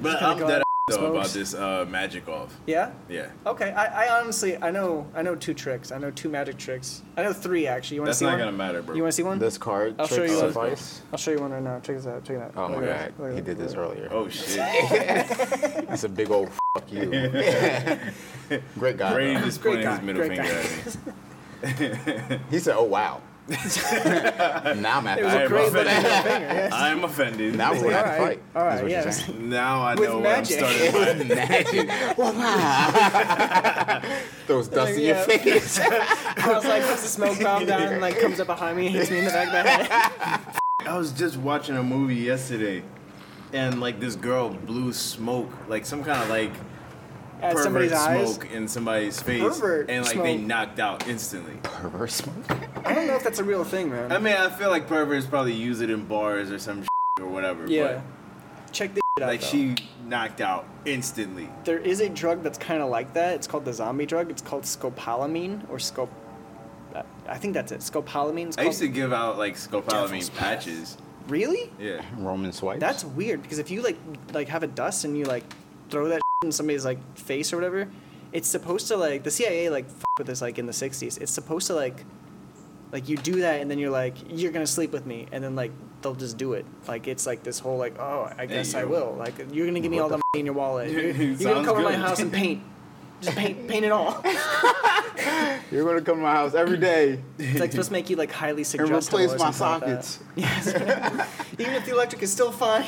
But
gonna
I'm
go
dead
out
a- though about
smokes.
this uh, magic off.
Yeah.
Yeah.
Okay. I, I honestly I know I know two tricks. I know two magic tricks. I know three actually. You want to
That's
see
not
one?
gonna matter, bro.
You want to see one?
This card
I'll show
trick
you one.
suffice.
I'll show you one right now. Check this out. Check it out.
Oh my
Look at
god,
Look at
he did this
Look
earlier.
Oh shit.
That's a big old fuck you. Great guy.
Brady
bro.
just
Great
pointing his
guy,
middle
great
finger
guy.
at me.
He said, "Oh wow." now I'm at
It was
the-
a
Alright,
great
my
looking
friend.
finger. Yeah.
I'm offended.
now
Now,
we're
All
at the
right.
fight.
All
is
right.
what you're
Yes.
saying.
I
With
know
magic.
what I'm starting with.
Imagine. Throws dust in your
Yeah.
face.
I was like, puts the smoke bomb down and like comes up behind me and hits me in the back of the head.
I was just watching a movie yesterday, and like this girl blew smoke, like some kind of like
At
pervert
somebody's eyes.
smoke in somebody's face,
Pervert
and like they
smoke.
knocked out instantly.
Perverse smoke.
I don't know if that's a real thing, man.
I mean, I feel like perverts probably use it in bars or some shit or whatever.
yeah. Check this shit
But,
out.
like
though.
she knocked out instantly.
There is a drug that's kind of like that. It's called the zombie drug. It's called scopolamine or scop. uh, I think that's it. Scopolamine. It's
I used to
called-
give out like scopolamine
Devil's
patches.
Really?
Yeah.
Roman swipes.
That's weird because if you like like have a dust and you like throw that in somebody's like face or whatever, it's supposed to like the CIA like f- with this like in the '60s. It's supposed to like like you do that and then you're like you're gonna sleep with me and then like they'll just do it. Like it's like this whole like oh I guess I
you-
will. Like you're gonna give me
What
all
the
the money in your wallet. You're,
It
you're gonna
sounds
come over my
good.
house and paint. Just paint paint it all.
You're gonna come to my house every day
It's like supposed to make you like highly
and
suggestible.
replace
or
my
something like that.
sockets.
Yes. Even if the electric is still fine.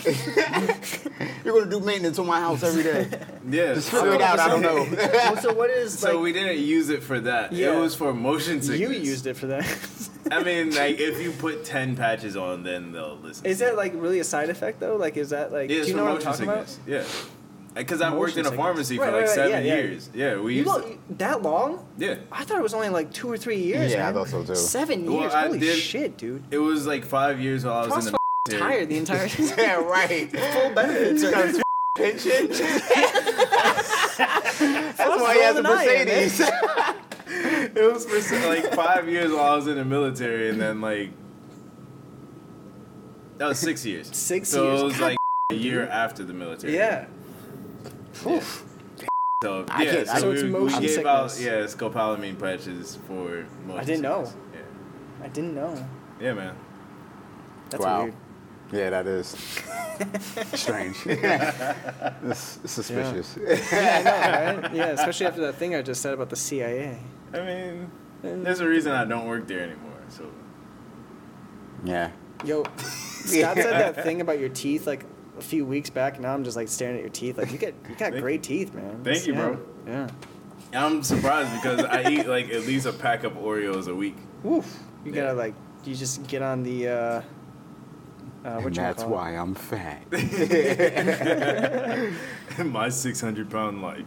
You're gonna do maintenance on my house every day.
Yeah.
Just figure it out. I don't know.
well, so what is
So
like?
we didn't use it for that.
Yeah.
It was for motion sickness.
you used it for that.
I mean, like if you put ten patches on, then they'll listen.
is that like really a side effect though? Like, is that like?
Yeah,
do
it's
you know
for
what I'm
motion
talking about?
sickness. Yeah. Because I worked
Motion
in a
sickness.
pharmacy
Right,
for like
right, right.
seven
Yeah, yeah.
years. Yeah, we
You
used.
go that long?
yeah.
I thought it was only like two or three years.
Yeah, I
man.
thought so, too.
Seven
Well,
years.
I
Holy
did-
shit, dude.
It was like five years while I
I was
was in the
f- tired the entire full
yeah, right.
benefits. Are,
Got his pension. That's why he has a
rolling iron, man.
Mercedes.
It was for se- like five years while I was in the military, and then like that was six years.
Six
so
years.
it was
God
like a year after the military.
yeah.
So
I
yeah,
can't-
so,
I
So it's
we,
motion
we gave
sickness.
out yeah scopolamine patches for. Motion
I didn't know.
sickness.
I didn't know.
Yeah. yeah, man.
That's
Wow.
weird.
Yeah, that is strange. it's suspicious.
Yeah, I know, right? Yeah, especially after that thing I just said about the CIA.
I mean, there's a reason I don't work there anymore. So
Uh,
Yeah.
Yo, Scott said that thing about your teeth like a few weeks back, and now I'm just like staring at your teeth. Like you got you got
Thank-
great teeth, man.
thank you,
yeah.
bro.
Yeah.
I'm surprised because I eat like at least a pack of Oreos a week.
Woof. You
Yeah.
gotta like you just get on the. Uh, uh,
And
what
that's why I'm fat.
My 600 pound life.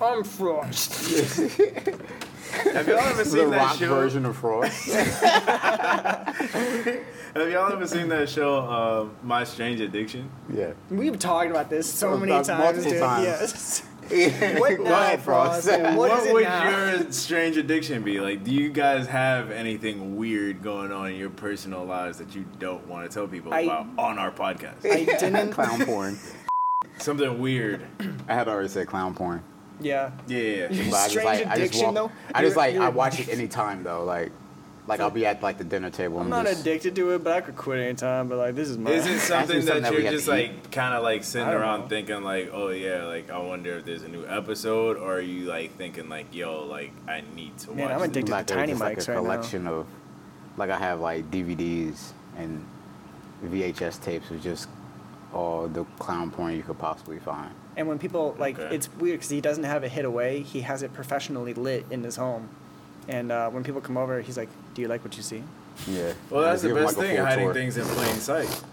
I'm Frost.
Have y'all ever
the
seen that
rock
show?
version of Frost.
Have y'all ever seen that show, uh, My Strange Addiction?
yeah.
We've talked about this so
We've
many
talked
times,
multiple
dude.
times.
Yes. What
Go
now,
ahead, Frost.
Frost? What is it
would
now?
your strange addiction be? Like, do you guys have anything weird going on in your personal lives that you don't want to tell people
I-
about on our podcast?
I didn't.
clown porn.
Something weird.
I had already said clown porn.
Yeah.
Yeah, yeah, yeah.
But I just
Strange
like I just
addiction,
walk,
though?
I just
You're-
like I
you're-
watch it anytime though. Like like I'll be at like the dinner table.
I'm
and
not
just,
addicted to it, but I could quit anytime. But like, this is my.
Is it something
something
that,
that we
you're
have
just
to eat.
like kind of like sitting
I don't
around
know.
thinking like, oh yeah, like I wonder if there's a new episode, or are you like thinking like, yo, like I need to
Man,
watch.
I'm
this?
addicted to
like a-
tiny
just like
mics
a
right now.
collection of like I have like DVDs and VHS tapes of just all the clown porn you could possibly find.
And when people like,
Okay.
it's weird because he doesn't have it hid away. He has it professionally lit in his home. And uh, when people come over, he's like, "Do you like what you see?"
Yeah.
Well, that's the
Give 'em,
best
like, a
thing,
full
hiding
tour. Mm.
things in plain sight.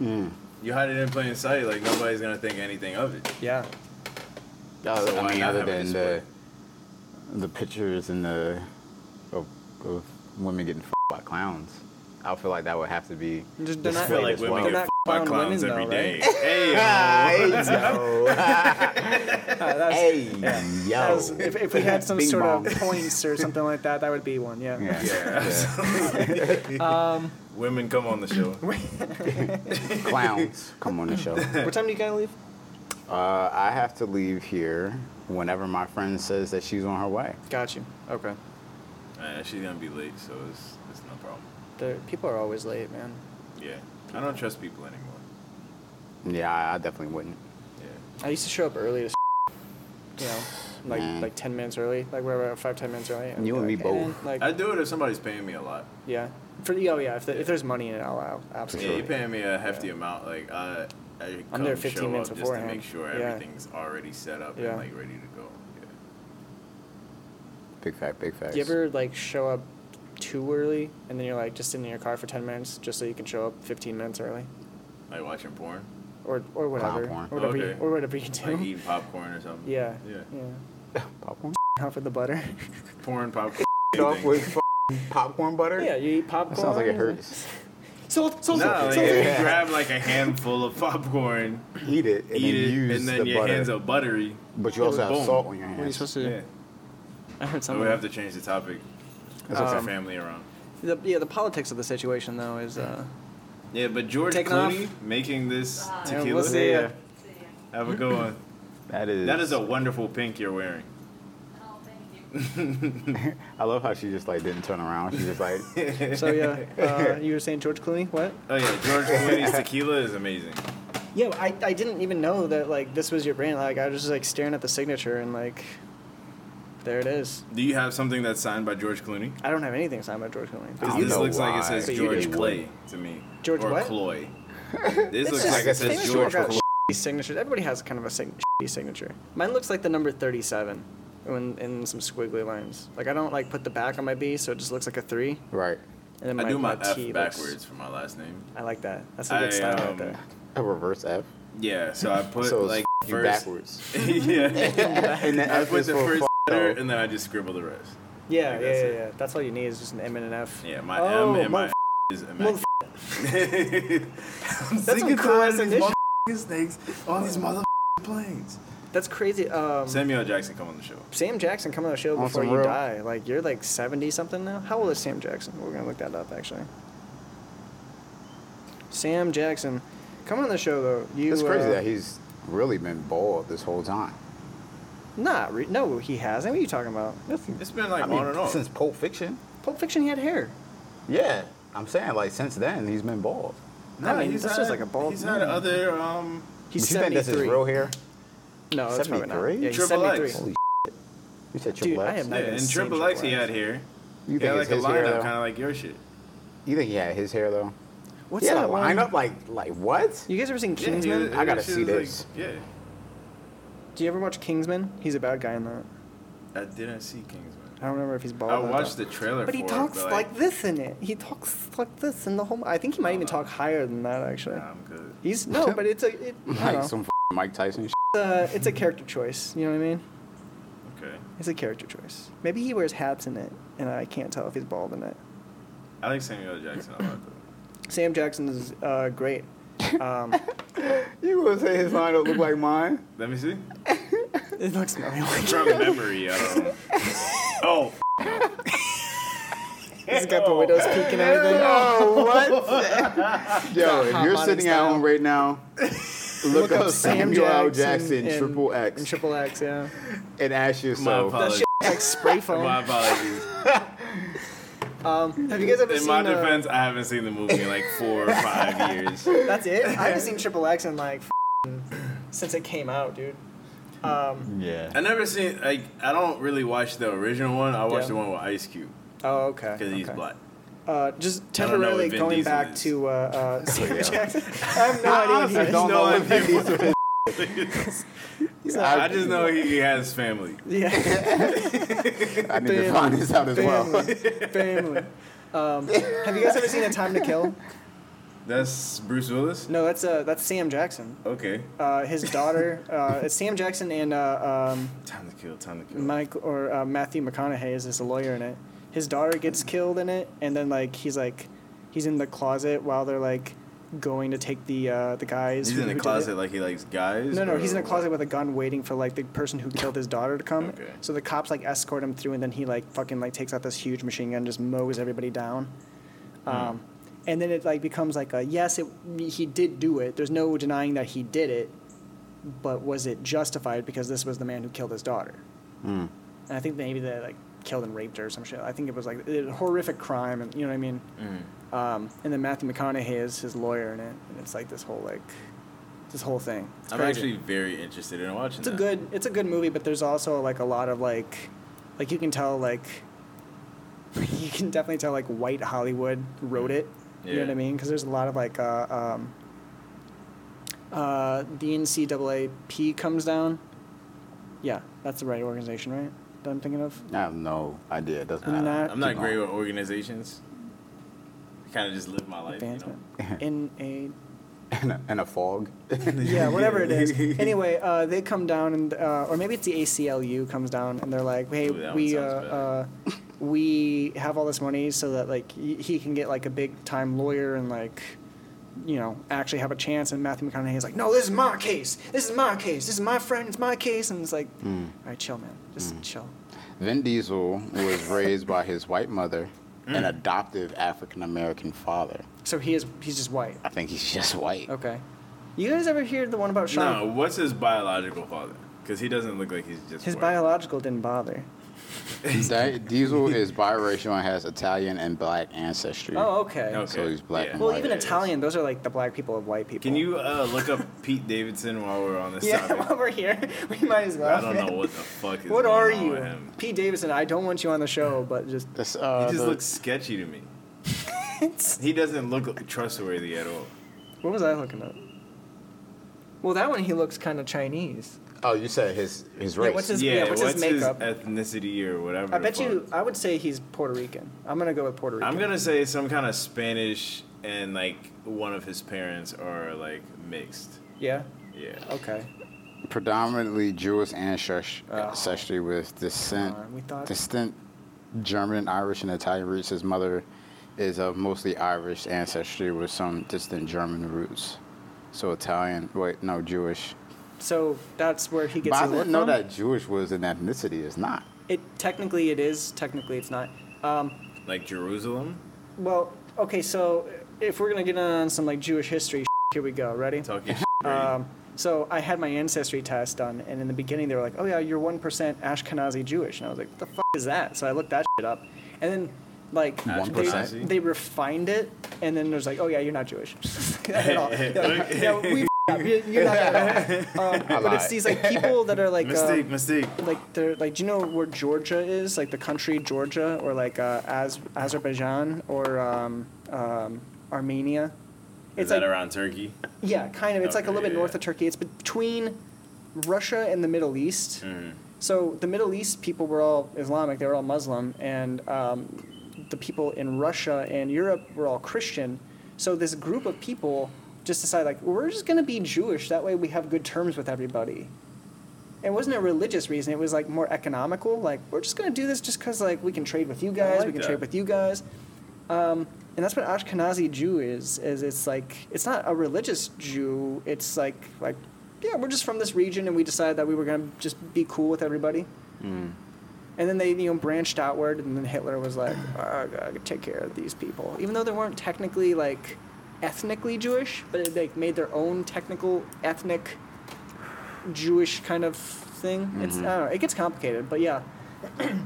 You hide it in plain sight, like nobody's gonna think anything of it.
Yeah.
Yeah,
So why
I mean,
not
other
have a
than
display?
the the pictures and the of, of women getting f- by clowns, I feel like that would have to be.
Just- they're not- I
I feel
displayed
like
as
women
well.
get
They're not
f- by
clown
clowns
women,
every
thow,
day.
right?
Ah,
Hey,
hey,
Uh,
yo.
that's,
hey,
that
yo.
was- if, if we had some
Bing
sort
bong.
of points or something like that, that would be one. Yeah.
Yeah.
Um, women come on the show.
Clowns, come on the show.
What time do you gotta leave?
Uh, I have to leave here whenever my friend says that she's on her way.
Got you. Okay.
Uh, she's gonna be late, so it's it's no problem.
The people are always late, man.
Yeah, I don't trust people anymore.
Yeah, I, I definitely wouldn't.
Yeah,
I used to show up early to, you know, like
Man.
like ten minutes early, like we were at five ten minutes early.
You
be
and me
like, "Hey,
both."
man," Like
I do it if somebody's paying me a lot.
yeah, for oh yeah, if, the, if there's money in it, I'll, I'll
Yeah,
absolutely.
you're paying me a hefty amount. Like I, I come
there 15
show up
minutes
just to
beforehand.
make sure
Yeah.
everything's already set up
Yeah.
and like ready to go.
Big fact, big fact.
Do you ever like show up too early and then you're like just sitting in your car for ten minutes just so you can show up fifteen minutes early,
Yeah. Like watching porn,
or or whatever, or
porn.
whatever, you,
Okay.
or whatever you do.
like eating popcorn or something.
yeah.
Yeah.
Yeah.
popcorn?
Off with the butter.
Porn popcorn.
Off
anything.
with f- popcorn butter?
yeah, you eat popcorn.
That sounds like it hurts.
Salt, salt,
No,
salt,
like
salt.
if you grab like a handful of popcorn,
Eat it and
eat
then
it,
use
and then
the
your
butter.
hands are buttery.
But you also have
Boom.
salt on your hands.
What are you supposed to do?
Yeah.
I heard
So
something.
we have to change the topic.
That's
Put
okay.
your family around.
the, yeah, the politics of the situation though is uh,
Yeah, but George
Taking
Clooney making this
yeah,
tequila.
we'll see.
Yeah.
Have a good one.
That is.
That is a wonderful pink you're wearing.
Oh, thank you.
I love how she just like didn't turn around. She just like.
So yeah, uh, you were saying George Clooney? What?
Oh yeah, George Clooney's tequila is amazing.
Yeah, I, I didn't even know that like this was your brand. Like I was just like staring at the signature and like There it is.
Do you have something that's signed by George Clooney?
I don't have anything signed by George Clooney.
I
Because
don't
this
know
looks like it
why.
says
But you
George
did.
Clay to me.
George
or
what?
Cloy. This looks
just-
like it
things
says
just
George
got
Cloy.
shitty signatures. Everybody has kind of a sig- shitty signature. Mine looks like the number thirty-seven, in, in some squiggly lines. Like I don't like put the back on my B, so it just looks like a three.
Right.
And then my,
I do my, F
T looks-
backwards for my last name.
I like that. That's a good
I,
style right
um,
there.
A reverse F.
Yeah, so I put
so it's
like
f- you
first.
backwards.
yeah,
and then
I put the first letter
though.
and then I just scribble the rest.
Yeah, yeah,
think
yeah,
that's it.
yeah. That's all you need is just an M and an F.
Yeah, my
Oh,
M and my
motherf-
is immaculate. I'm
That's
sick
some
and
cool
tired
ass
of these
initial.
motherfucking snakes on these motherfucking planes.
That's crazy. Um, Sam,
Samuel Jackson, come on the show.
Jackson coming on the show
On
before
some
you
real-
die. Like you're like seventy something now. How old is Sam Jackson? We're gonna look that up actually. Sam Jackson, coming on the show though. You
It's crazy
uh,
that he's really been bald this whole time.
Not re- no, he hasn't. What are you talking about?
It's been like
I mean,
on and off.
since Pulp Fiction.
Pulp Fiction, he had hair.
Yeah, I'm saying like since then he's been bald.
I mean, that's just like a bald
He's
man.
had other um.
He's
you think
seventy
that's his
three.
real hair?
No, that's probably not.
73?
Yeah, he's
Triple
seventy
X.
three.
Holy You said
Dude,
Triple
I
X?
am
Yeah,
not even
and
seen
Triple X he
Triple X.
had here.
You
He had
think
like
it's
a
his hair
lineup,
though?
kind of like your shit.
You think he had his hair though?
What's
yeah,
that one?
lineup like like what?
You guys ever seen
Yeah,
Kingsman?
he-
I gotta
that shit
see
was like-
this.
yeah,
Do you ever watch Kingsman? He's a bad guy in that.
I didn't see Kingsman.
I don't remember if he's bald.
I
or not.
watched the trailer.
But he
for it,
talks
but,
like, this in it. He talks like this in the whole. I think he might even
Uh,
talk higher than that actually.
Nah, I'm good.
He's no, but it's a it, I don't know.
Like some f- Mike Tyson. Shit.
it's, a, it's a character choice. You know what I mean?
Okay.
It's a character choice. Maybe he wears hats in it, and I can't tell if he's bald in it.
I like Samuel Jackson a lot though.
Sam Jackson is uh, great. Um,
You gonna say his lineup look like mine?
Let me see.
it looks nothing like
From memory, I don't know. Oh.
he's got the widow's peak and everything.
Oh what? Yo, if
Hot
you're
modern
sitting
style.
at home right now, look, up Samuel L. Jackson
and-
Triple X
and
and,
Triple X, yeah.
ask
My
yourself.
That
apologies.
shit looks like spray
My
foam.
apologies.
Um, have you guys ever
In
seen?
my
uh,
defense, I haven't seen the movie in like four or five years.
That's it. I haven't seen Triple X in like f***ing- since it came out, dude. Um,
Yeah.
I never seen like I don't really watch the original one. I watch
Yeah.
the one with Ice Cube
oh, okay.
because he's
okay.
black.
Uh, just
I don't know
temporarily
what Vin
going
Diesel
back
is.
to uh, uh, Sam Jackson. I have no idea what he
Oh, honestly
is.
don't
No
know what
idea
these are.
He's
I,
not-
just know he, he has family.
yeah.
I need to
Family.
find this out as well.
Family. Family. Um, have you guys ever seen A Time to Kill?
That's Bruce Willis.
No, that's uh, that's Sam Jackson.
Okay.
Uh, his daughter, uh, it's Sam Jackson and uh, um,
Time to kill. Time to kill.
Michael or uh, Matthew McConaughey is is a lawyer in it. His daughter gets killed in it, and then like he's like, he's in the closet while they're like going to take the uh, the guys.
he's
who-
in the
who did
closet
it.
like he likes guys.
No, no,
or
he's in a
what?
closet with a gun, waiting for like the person who killed his daughter to come.
Okay.
So the cops like escort him through, and then he like fucking like takes out this huge machine gun, and just mows everybody down.
Hmm.
Um, And then it like becomes like a yes, it he did do it. There's no denying that he did it, but was it justified because this was the man who killed his daughter? And I think maybe they like killed and raped her or some shit. I think it was like a horrific crime, and you know what I mean.
Mm.
Um, and then Matthew McConaughey is his lawyer in it, and it's like this whole like this whole thing. It's
I'm
crazy.
actually very interested in watching.
It's a
that.
good it's a good movie, but there's also like a lot of like like you can tell like you can definitely tell like white Hollywood wrote it. You know what
Yeah.
I mean? Because there's a lot of like uh, um, uh, the NCAAP comes down. Yeah, that's the right organization, right? That I'm thinking of.
I have no idea. It doesn't
I'm
matter.
I'm not
Keep
great
going.
with organizations. I kind of just live my life. You know?
Advancement. In a
And a, and a fog.
yeah, whatever it is. Anyway, uh, they come down and, uh, or maybe it's the ACLU comes down and they're like, hey,
Ooh, that
we uh,
one sounds
uh, we have all this money so that like y- he can get like a big time lawyer and like you know actually have a chance. And Matthew McConaughey is like, no, this is my case. This is my case. This is my friend. It's my case. And it's like, all right, chill, man. Just chill.
Vin Diesel was raised by his white mother and
Mm.
adoptive African American father.
So he is he's just white.
I think he's just white.
Okay. You guys ever hear the one about Sean?
No, what's his biological father? because he doesn't look like he's just
His
white.
biological didn't bother.
Di- Diesel is biracial and has Italian and black ancestry.
Oh, okay.
Okay.
So he's black
yeah.
and
Well,
white.
even
it is.
Italian, those are like the black people of white people.
Can you uh, look up Pete Davidson while we're on this
Yeah,
topic?
while we're here, we might as well.
I don't know what the fuck is
What
going
are
on
you,
with him.
Pete Davidson? I don't want you on the show, but just
That's, uh,
He just
the-
looks sketchy to me. He doesn't look trustworthy at all.
what was I looking up? Well, that one he looks kind of Chinese.
oh, you said his his
Yeah,
race.
what's his- yeah, what's his makeup?
ethnicity or whatever?
I
the
bet
fuck.
you. I would say he's Puerto Rican. I'm gonna go with Puerto Rican.
I'm gonna say some kind of Spanish and like one of his parents are like mixed.
Yeah.
Yeah.
Okay.
predominantly Jewish ancestry,
Oh.
ancestry with descent,
Darn, we thought-
distant German, Irish, and Italian roots. His mother is of mostly Irish ancestry with some distant German roots. So Italian, wait, no, Jewish.
So that's where he
But
gets
I
his look
didn't know
from?
that Jewish was an ethnicity. It's not.
It technically it is. Technically it's not. Um,
Like Jerusalem?
well, okay. So if we're gonna get on some like Jewish history, here we go. Ready?
Talking
Um, so I had my ancestry test done, and in the beginning they were like, "Oh yeah, you're one percent Ashkenazi Jewish," and I was like, "What the fuck is that?" So I looked that shit up, and then like they,
1%?
they refined it, and then there's like, "Oh yeah, you're not Jewish at all." Yeah, yeah, we f- up. You're, you're not at all. Um, but it's
lied.
these like people that are like.
mistake,
um,
mistake.
like they're like do you know where Georgia is like the country Georgia or like uh, Az- Azerbaijan or um, um, Armenia
Is
it's
that
like
around Turkey?
yeah kind of it's like a little bit
Okay,
north
yeah.
of Turkey it's between Russia and the Middle East
Mm-hmm.
so the Middle East people were all Islamic they were all Muslim and um, the people in Russia and Europe were all Christian so this group of people just decided like we're just gonna be Jewish that way we have good terms with everybody it wasn't a religious reason. It was like more economical. Like we're just gonna do this just because like we can trade with you guys.
like
we can
that.
trade with you guys. Um, and that's what Ashkenazi Jew is. Is it's like it's not a religious Jew. It's like like yeah, we're just from this region, and we decided that we were gonna just be cool with everybody. And then they you know branched outward, and then Hitler was like, "Oh, I gotta take care of these people, even though they weren't technically like ethnically Jewish, but they made their own technical ethnic Jewish kind of thing. It's I don't know. It gets complicated, but yeah,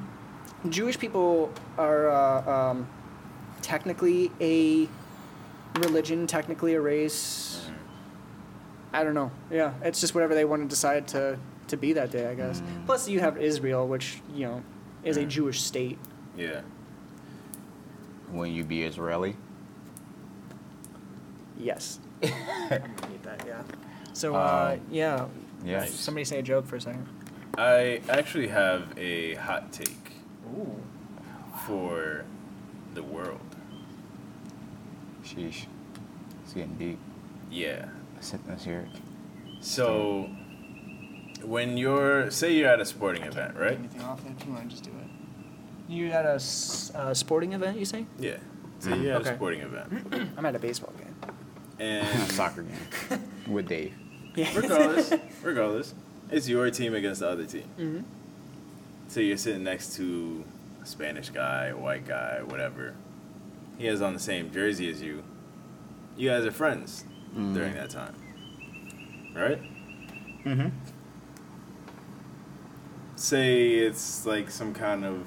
Jewish people are uh, um, technically a religion, technically a race. I don't know. Yeah, it's just whatever they want to decide to to be that day, I guess. Plus, you have Israel, which you know is a Jewish state.
Yeah.
When you be Israeli,
Yes. I need that. Yeah. So uh,
Uh,
yeah.
yeah.
Somebody say a joke for a second.
I actually have a hot take
Ooh.
for the world.
sheesh, it's getting deep.
Yeah.
Let's, let's hear it.
So when you're say you're at a sporting event, right?
Anything off that? You want to just do it? You at a s- uh, sporting event? You say?
Yeah. So you're
Mm-hmm.
at
Okay.
a sporting event.
I'm at a baseball game.
A
And
soccer game with Dave.
regardless, regardless, it's your team against the other team. So you're sitting next to a Spanish guy, a white guy, whatever. He has on the same jersey as you. You guys are friends during that time, right? Mm-hmm. Say it's like some kind of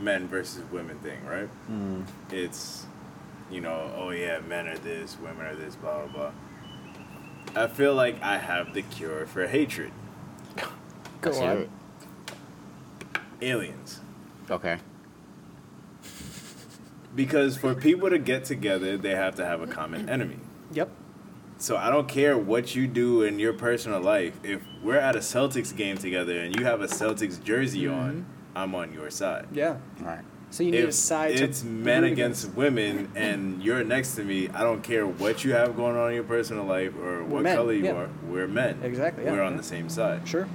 men versus women thing, right? It's, you know, oh yeah, men are this, women are this, blah blah blah. I feel like I have the cure for hatred.
Go
Let's
on.
hear it.
Aliens.
Okay.
Because for people to get together, they have to have a common enemy.
Yep.
So I don't care what you do in your personal life. If we're at a Celtics game together and you have a Celtics jersey on, I'm on your side.
Yeah.
All right.
So Mm-hmm. you need
If
a side to
it's men
root
against women and you're next to me, I don't care what you have going on in your personal life or what
men,
color you
yeah.
are. We're men.
Exactly, yeah,
we're on
yeah.
the same side.
Sure.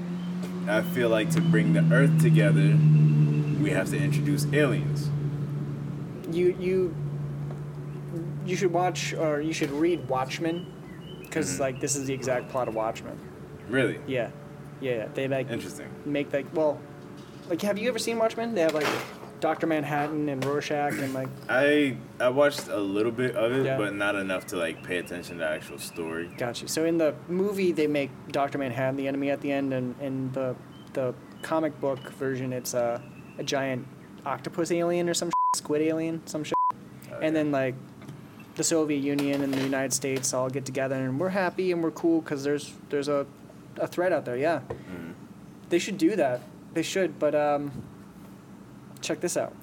I feel like to bring the earth together, we have to introduce aliens.
You you you should watch or you should read Watchmen because
Mm-hmm.
like this is the exact plot of Watchmen.
Really?
Yeah. Yeah. yeah. They like
Interesting.
make like well, like have you ever seen Watchmen? They have like Doctor Manhattan and Rorschach and like
I I watched a little bit of it,
Yeah.
but not enough to like pay attention to the actual story.
Gotcha. So in the movie, they make Doctor Manhattan the enemy at the end, and in the the comic book version, it's a a giant octopus alien or some shit, squid alien, some shit. and then like the Soviet Union and the United States all get together, and we're happy and we're cool because there's there's a a threat out there. Yeah, they should do that. They should. But um, check this out.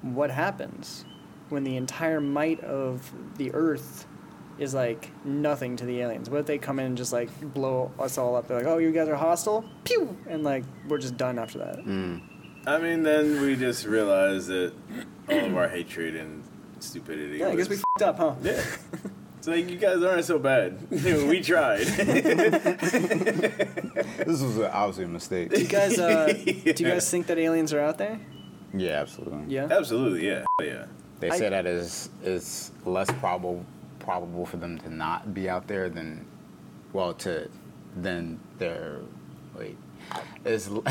What happens when the entire might of the Earth is like nothing to the aliens. What if they come in and just like blow us all up? They're like, oh, you guys are hostile? Pew! And like, we're just done after that.
I mean, then we just realized that all of our hatred and stupidity.
Yeah, I guess we
was-
fed up, huh?
yeah. It's like you guys aren't so bad. we tried.
This was obviously a mistake.
Do you guys, uh, do you guys think that aliens are out there?
Yeah, absolutely.
Yeah.
Absolutely, yeah, Hell yeah.
They
I-
say that is it's less probable probable for them to not be out there than well to than their wait it's l-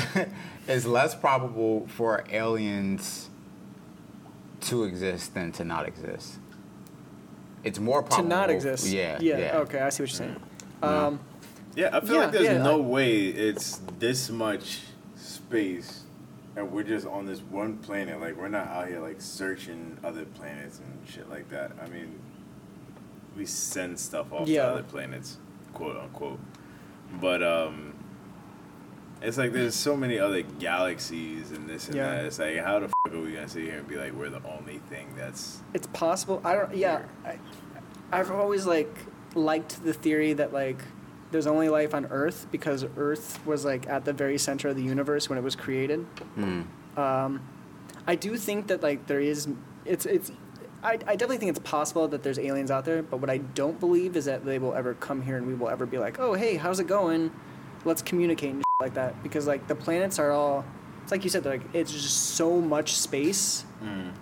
it's less probable for aliens to exist than to not exist. It's more
To
probable
not exist.
Oh, Yeah.
Yeah. Okay, I see what you're saying. Um,
Yeah, I feel
Yeah,
like there's
yeah,
no
I-
way it's this much space and we're just on this one planet. Like we're not out here like searching other planets and shit like that. I mean, we send stuff off
Yeah.
to other planets, quote unquote. But um it's like there's so many other galaxies and this and
Yeah.
that. It's like how the fuck are we gonna sit here and be like we're the only thing that's
it's possible. I don't, yeah. I, I've always like liked the theory that like there's only life on Earth because Earth was like at the very center of the universe when it was created. Um, I do think that like there is it's it's I, I definitely think it's possible that there's aliens out there, but what I don't believe is that they will ever come here and we will ever be like, oh hey, how's it going? Let's communicate and shit like that because like the planets are all it's like you said like it's just so much space,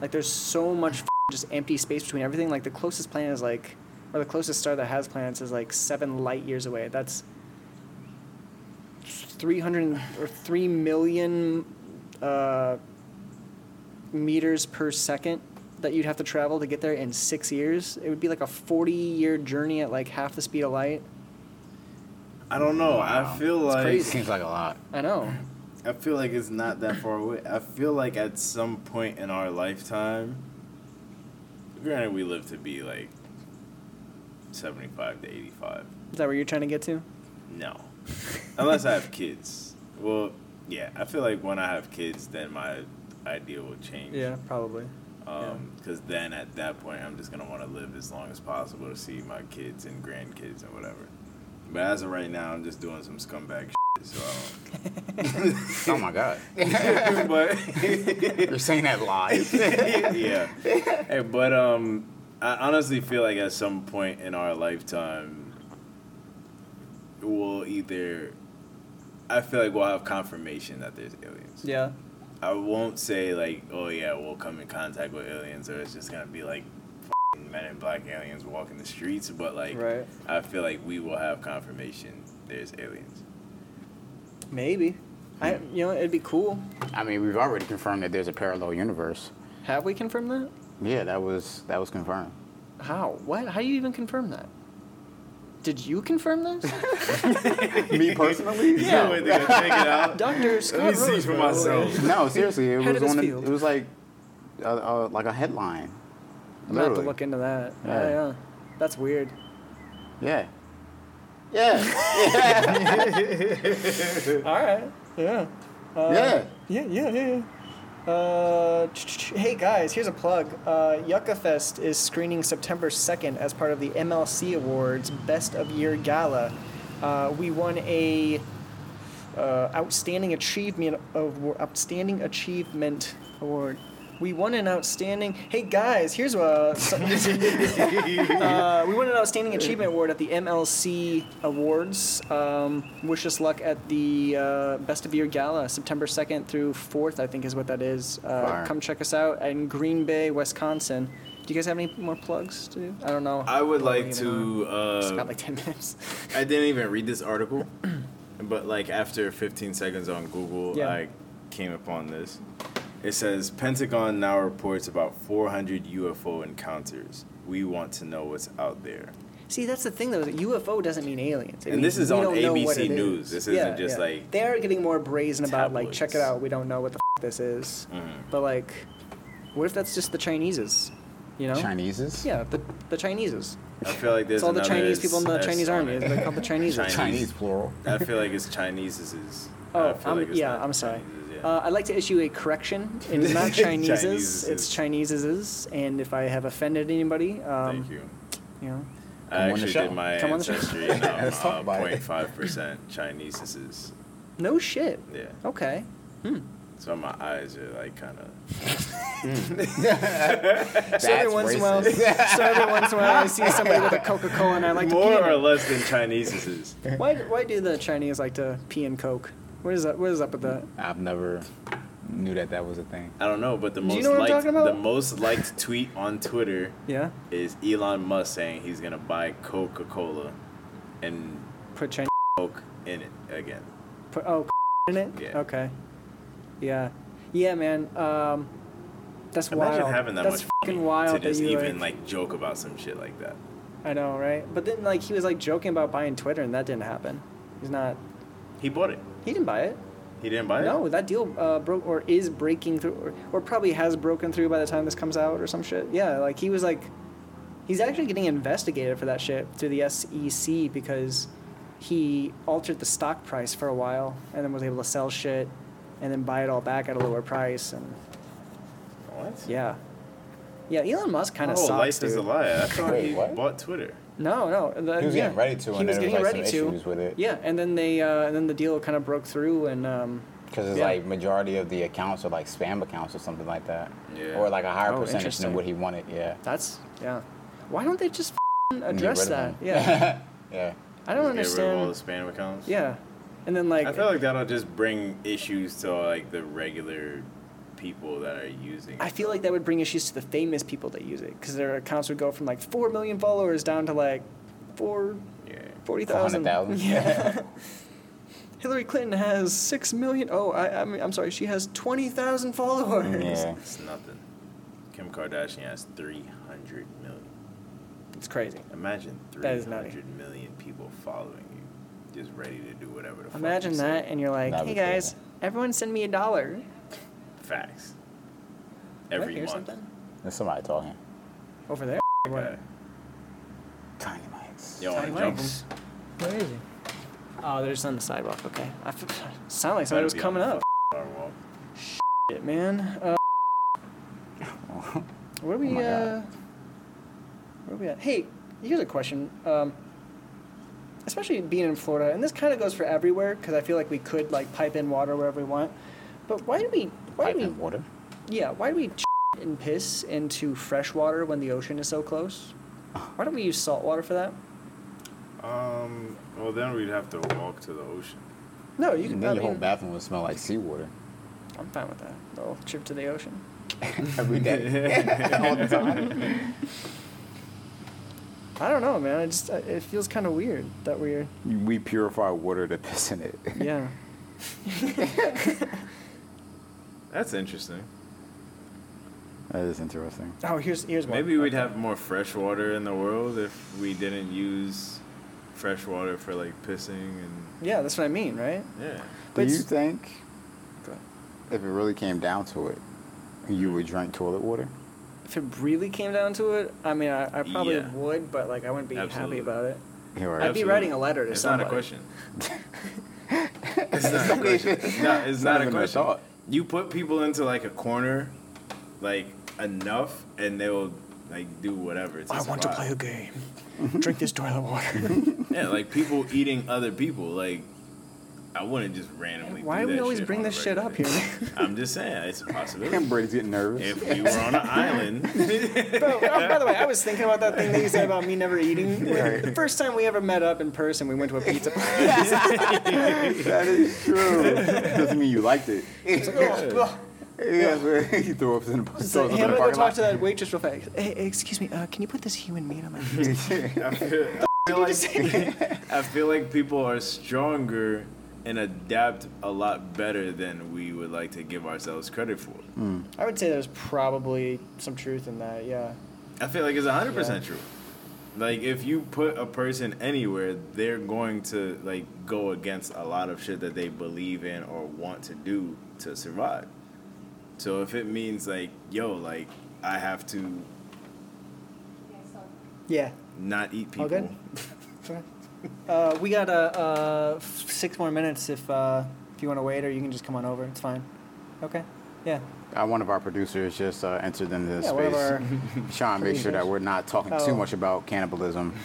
like there's so much f- just empty space between everything. Like the closest planet is like or the closest star that has planets is like seven light years away. That's three hundred or three million. Uh, meters per second that you'd have to travel to get there in six years. It would be like a 40 year journey at like half the speed of light.
I don't know. I feel like
It seems like a lot.
I know.
I feel like it's not that far away. I feel like at some point in our lifetime, granted, we live to be like 75 to 85.
Is that where you're trying to get to?
No. Unless I have kids. Well, yeah, I feel like when I have kids, then my idea will change.
probably.
Because then at that point, I'm just going to want to live as long as possible to see my kids and grandkids and whatever. But as of right now, I'm just doing some scumbag shit, so I
Oh my god.
don't. but.
You're saying that live.
yeah. Hey, but um, I honestly feel like at some point in our lifetime, we'll either. I feel like we'll have confirmation that there's aliens.
Yeah.
I won't say like, oh yeah, we'll come in contact with aliens, or it's just gonna be like f***ing men in black aliens walking the streets. But like,
Right.
I feel like we will have confirmation there's aliens.
Maybe. I, you know, it'd be cool.
I mean, we've already confirmed that there's a parallel universe.
Have we confirmed that?
Yeah, that was that was confirmed.
How? What? How do you even confirm that? Did you confirm this?
Me personally?
Yeah.
Wait, they're gonna take it out.
Dr. Scott
Let me see
Rose, by
for
the way.
myself.
No, seriously, it
Head of
was
his
on. A,
field.
it was like, uh, uh, like a headline.
I'm gonna have to
Literally.
look into that. Yeah.
Yeah.
yeah. That's weird.
Yeah. Yeah.
All right. Yeah. Uh,
yeah.
Yeah, yeah, yeah, yeah. Uh, hey guys, here's a plug. Uh, Yucca Fest is screening September 2nd as part of the MLC Awards Best of Year Gala. Uh, we won a uh, outstanding achievement award, outstanding achievement award. We won an outstanding. Hey guys, here's uh, something. Uh, we won an outstanding achievement award at the MLC Awards. Um, wish us luck at the uh, Best of Year Gala, September second through fourth. I think is what that is. Uh,
Fire.
come check us out in Green Bay, Wisconsin. Do you guys have any more plugs to do? I don't know.
I would
Probably
like
either not.
to. Uh,
It's about like ten minutes.
I didn't even read this article, but like after 15 seconds on Google,
Yeah.
I came upon this, It says Pentagon now reports about 400 UFO encounters. We want to know what's out there.
See, that's the thing though. is that UFO doesn't mean aliens. It
And
means
this is
we
on
don't know what
ABC
it is.
News. This isn't just, like,
they are getting more brazen about like check it
tabloids. Mm-hmm.
out. We don't know what the f- this is. But like, what if that's just the Chinese's? You know?
Chinese's?
Yeah, the the Chinese's.
I feel like there's
It's all the
another
Chinese people in the
S-
Chinese
S on
army.
it.
They're called the Chinese's.
Chinese.
Chinese plural.
I feel like it's Chinese is.
Oh, I'm, yeah, I'm sorry. Uh, I'd like to issue a correction. It is not Chinese's.
Chinese's.
It's Chinese's. And if I have offended anybody, um,
Thank you.
you know,
Come
I
on the
actually
show.
did my
Come on the show.
ancestry and I'm
Let's talk
uh,
about it.
0.5% Chinese. This is,
no shit.
yeah.
Okay.
So my eyes are like kind of.
That's
so every once in a while,
racist.
so every once in a while, I see somebody with a Coca Cola, and I like to pee.
More
in
or
it.
less than Chinese is.
Why, why do the Chinese like to pee in Coke? What is that? What is up with that?
I've never knew that that was a thing.
I don't know, but the
you
most
know what I'm
liked
talking about?
the most liked tweet on Twitter
Yeah,
is Elon Musk saying he's gonna buy Coca Cola and
put Chinese.
Coke in it again.
Put, oh, in it.
Yeah.
Okay. Yeah, yeah, man. Um, that's
Imagine
wild.
having that
that's
much
fucking
money
wild
to just
that you
even
like,
like, joke about some shit like that.
I know, right? But then, like, he was like joking about buying Twitter, and that didn't happen. He's not.
He bought it.
He didn't buy it.
He didn't buy it.
No, that deal uh, broke or is breaking through, or, or probably has broken through by the time this comes out, or some shit. Yeah, like he was like, he's actually getting investigated for that shit through the SEC because he altered the stock price for a while and then was able to sell shit and then buy it all back at a lower price and
What?
yeah, yeah. Elon Musk kind
My
of
whole
sucks,
Oh, life
dude.
is a lie. I thought
Wait,
he
what?
bought Twitter.
No, no. The,
He was
Uh, yeah.
getting ready to,
He was
and then there
getting
was, like,
ready
some
to.
issues with it.
Yeah, and then they, uh, and then the deal kind of broke through and. Um,
Because it's
Yeah.
like majority of the accounts are like spam accounts or something like that,
Yeah.
or like a higher
Oh,
percentage
interesting.
than what he wanted. Yeah,
That's yeah. Why don't they just f***ing
Get
address
rid of
that?
them.
Yeah,
yeah.
I don't
Just Get rid of all the
understand.
spam accounts.
Yeah, and then like,
I feel like that'll just bring issues to like the regular people that are using. it.
that would bring issues to the famous people that use it because their accounts would go from like four million followers down to like four
Yeah.
forty thousand.
400,000?
Yeah. Hillary Clinton has six million. Oh, I, I'm, I'm sorry. She has twenty thousand followers.
Yeah.
It's nothing. Kim Kardashian has 300 million.
It's crazy.
Imagine
That is nutty.
300 million people following you, just ready to do whatever the fuck. you
Imagine
say.
that, and you're like,
That'd
hey
be crazy.
guys, everyone send me a dollar.
Facts.
Did I
Every
hear
month.
something
There's somebody talking.
over there.
Okay.
Tiny mics.
You want to jump 'em?
Where is he? Oh, they're just on the sidewalk. Okay. I f- sound like
Better
somebody was
be on
coming
the
up.
Firewall.
Shit, man. Uh, where we?
my God.
uh, where we at? Hey, here's a question. Um, especially being in Florida, and this kind of goes for everywhere because I feel like we could like pipe in water wherever we want. But why do we? Why
Pipe
do we?
and water.
Yeah. Why do we and piss into fresh water when the ocean is so close? Why don't we use salt water for that?
Um. Well, then we'd have to walk to the ocean.
No, you can.
Then
I
your whole
mean,
bathroom would smell like seawater
I'm fine with that. little trip to the ocean.
every day, all the time.
I don't know, man. I just I, it feels kind of weird that we're
We purify water to piss in it.
yeah.
That's interesting.
That is interesting.
Oh, here's here's one.
Maybe we'd have more fresh water in the world if we didn't use fresh water for like pissing and
Yeah, that's what I mean, right?
yeah.
But
Do you
it's-
think
Go ahead.
if it really came down to it, you would drink toilet water?
If it really came down to it, I mean, I, I probably
Yeah.
would, but like I wouldn't be
Absolutely.
happy about it.
Or-
I'd be writing a letter to
it's
somebody.
not a question. it's not a question. It's not, it's
not
not a
even a
question.
thought.
You put people into like a corner, like enough, and they will like do whatever. To survive.
game. Drink this toilet water.
Yeah, like people eating other people. Like I wouldn't just randomly.
Why
do
do we
that
always
shit
bring
on a
this shit
regular
up here?
basis. I'm just saying it's a possibility.
Brady's getting nervous.
if we were on an island,
Bro, oh, by the way, I was thinking about that thing that you said about me never eating. The first time we ever met up in person, we went to a pizza. place.
that is true. Doesn't mean you liked it. Yeah, he threw up in the,
It's like,
throws up
hey,
in
I'm gonna
the
oh, go
parking
talk
lot.
to that waitress real fast. Hey, excuse me, uh, can you put this human meat on my pizza?
I feel, I feel like I feel like people are stronger and adapt a lot better than we would like to give ourselves credit for.
I would say there's probably some truth in that. Yeah.
I feel like it's hundred percent
Yeah.
true. Like if you put a person anywhere, they're going to like go against a lot of shit that they believe in or want to do to survive. So if it means like, yo, like I have to
Yeah.
not eat people.
All good? Uh, we got uh, uh, f- six more minutes if uh, if you want to wait, or you can just come on over. It's fine. Okay. Yeah.
Uh, one of our producers just uh, entered into this
Yeah, one of
space. Sean, make sure that
producers.
we're not talking too
Oh.
much about cannibalism.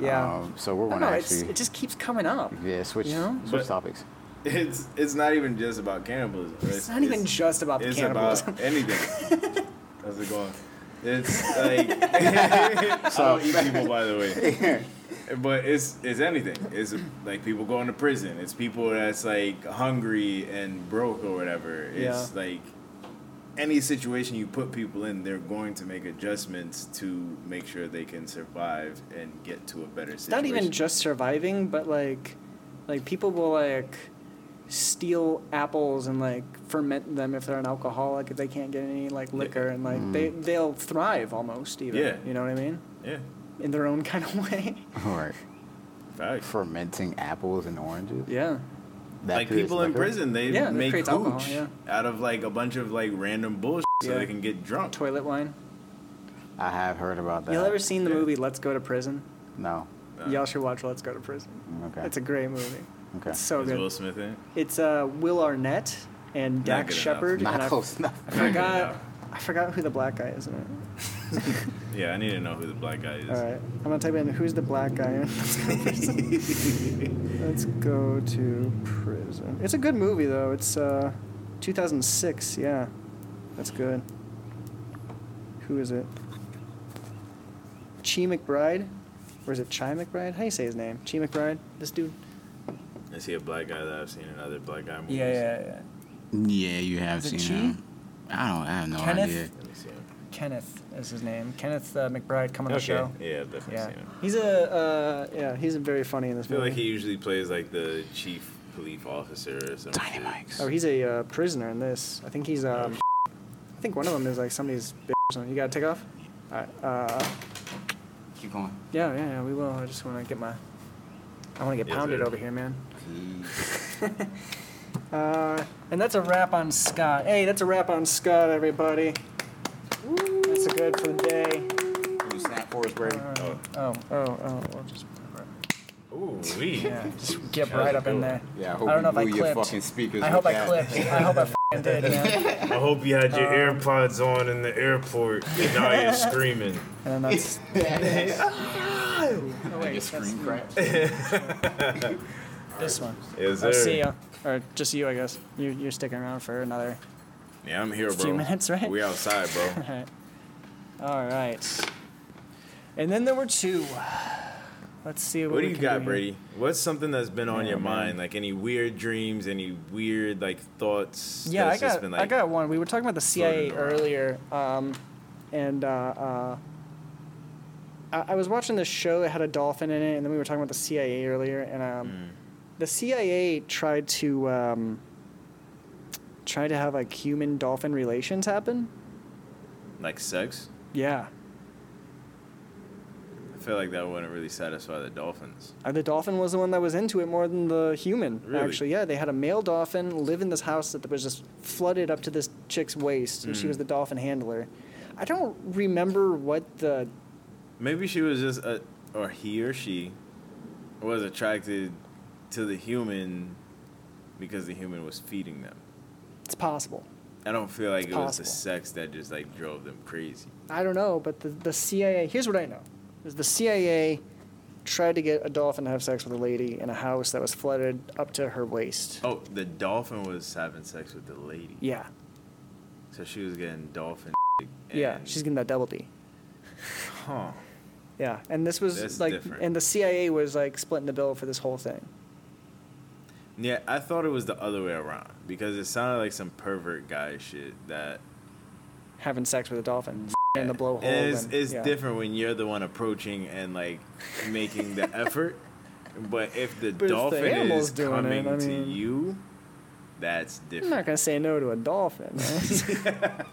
Yeah.
Um, so we're
I don't
going to
know. It's,
actually
it just keeps coming up.
yeah switch
you know?
switch
But-
topics.
It's it's not even just about cannibalism. right?
It's not even just about the
it's
cannibalism.
about anything. How's it going? It's like I don't eat people, by the way. But it's it's anything. It's like people going to prison. It's people that's like hungry and broke or whatever. It's
Yeah.
like any situation you put people in, they're going to make adjustments to make sure they can survive and get to a better
It's not
situation.
even just surviving, but like, like people will like steal apples and like ferment them if they're an alcoholic if they can't get any like liquor and like they they'll thrive almost even.
Mm. Yeah.
You know what I mean?
yeah,
In their own kind of way.
All right,
facts.
fermenting apples and oranges.
yeah.
That
like
creates
people in
liquor?
prison, they
Yeah, that
make hooch
creates alcohol, yeah.
out of like a bunch of like random bullshit so
Yeah.
they can get drunk.
Toilet wine.
I have heard about that.
Y'all ever seen the
Yeah.
movie Let's Go to Prison?
No.
Uh,
Y'all should watch Let's Go to Prison.
Okay.
It's a great movie.
okay.
It's so
is
good.
Will Smith in? it?
It's uh, Will Arnett and Dax
good enough.
Shepard.
Not
and I-
close enough.
I
Not good
forgot.
enough.
I forgot who the black guy is in it.
Yeah, I need to know who the black guy is.
All right, I'm gonna type in who's the black guy. in Let's go to prison. Let's go to prison. It's a good movie though. It's uh, 2006. Yeah, that's good. Who is it? Chi McBride, or is it Chi McBride? How do you say his name? Chi McBride. This dude.
Is he a black guy that I've seen in other black guy movies?
yeah.
Yeah, you have
Is it
seen
Chi?
him. I don't. I have no
Kenneth?
idea.
Let me see him.
Kenneth is his name. Kenneth uh, McBride coming
Okay.
to the show.
Yeah, I've definitely
Yeah,
seen him.
he's a uh, yeah, he's very funny in this
I feel
movie.
like he usually plays like the chief police officer or something.
Tiny Mike's.
Oh, he's a uh, prisoner in this. I think he's. Um, I think one of them is like somebody's bitch or something. You gotta take off. All right. Uh,
Keep going.
yeah, yeah, yeah. We will. I just want to get my. I want to get
Yes,
pounded
sir.
over here, man. Uh, and that's a wrap on Scott. Hey, that's a wrap on Scott, everybody. That's a good for the day.
You snap for us, Brady.
Oh.
Oh, oh, oh. We'll just,
Ooh, wee.
yeah, just get
How's
right
it
up in
going?
there.
Yeah, I hope
I don't
you
know if I
blew your
clipped.
fucking speakers.
I hope
with
I
that.
clipped. I hope I f***ing did, man.
I hope you had your
Um,
AirPods on in the airport and now you're screaming.
And then that's. Oh,
Like
wait,
a
that's
screen crack.
this one.
Is
I'll
there?
see ya. Or just you, I guess. You, you're sticking around for another.
Yeah, I'm here, bro.
Few minutes, right?
We outside, bro.
All right. And then there were two. Let's see what, we
What do you
can
got,
here.
Brady? What's something that's been on your mind? Like any weird dreams, any weird like thoughts?
Yeah, I
that's just
got,
been,
I
like-
got one. We were talking about the CIA
floating around.
earlier, um, and uh, uh, I, I was watching this show. It had a dolphin in it, and then we were talking about the CIA earlier, and um,
Mm.
the CIA tried to um, try to have like human dolphin relations happen.
like sex.
Yeah,
I feel like that wouldn't really satisfy the dolphins.
Uh, the dolphin was the one that was into it more than the human.
Really?
Actually, yeah, they had a male dolphin live in this house that was just flooded up to this chick's waist, and she
Mm.
was the dolphin handler. I don't remember what the.
Maybe she was just a, or he or she was attracted to the human because the human was feeding them.
It's possible.
I don't feel like
It's
it was the
possible.
sex that just like drove them crazy.
I don't know, but the, the CIA. Here's what I know: is the CIA tried to get a dolphin to have sex with a lady in a house that was flooded up to her waist.
Oh, the dolphin was having sex with the lady,
Yeah,
so she was getting dolphin.
yeah,
and-
she's getting that double D.
huh.
Yeah, and this was
That's
like,
different.
and the CIA was like splitting the bill for this whole thing.
Yeah, I thought it was the other way around because it sounded like some pervert guy shit that
having sex with a dolphin and the blowhole.
And it's,
and-
it's
Oh, yeah.
different when you're the one approaching and like making the effort But if the
But if the
dolphin
animal's
is
doing it,
coming
I
to
mean-
you, that's
I'm
different.
not gonna say no to a dolphin. man.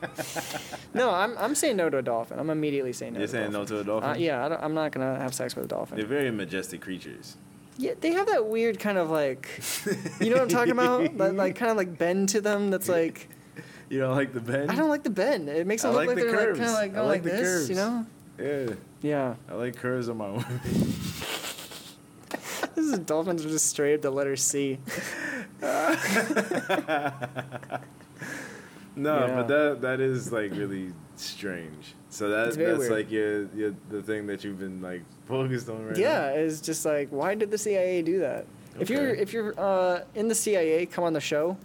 no, I'm I'm saying no to a dolphin. I'm immediately saying no.
You're
to
saying no
dolphins.
to a dolphin?
Uh, yeah, I don't, I'm not gonna have sex with a dolphin.
They're very majestic creatures.
Yeah, they have that weird kind of like, you know what I'm talking about? that, like kind of like bend to them. That's like
You don't like the bend?
I don't like the bend. It makes
I
them look
like
like
the
they're
curves.
like kind of like
I
go
like
like,
the
this,
curves.
you know?
Yeah,
Yeah.
I like curves on my women.
This is dolphins are just straight up the letter C.
No,
Yeah.
but that that is like really strange. So that
It's
that's
very weird.
like your, your the thing that you've been like focused on right
Yeah, it's just like why did the CIA do that? If you're
Okay.
if you're uh, in the CIA, come on the show,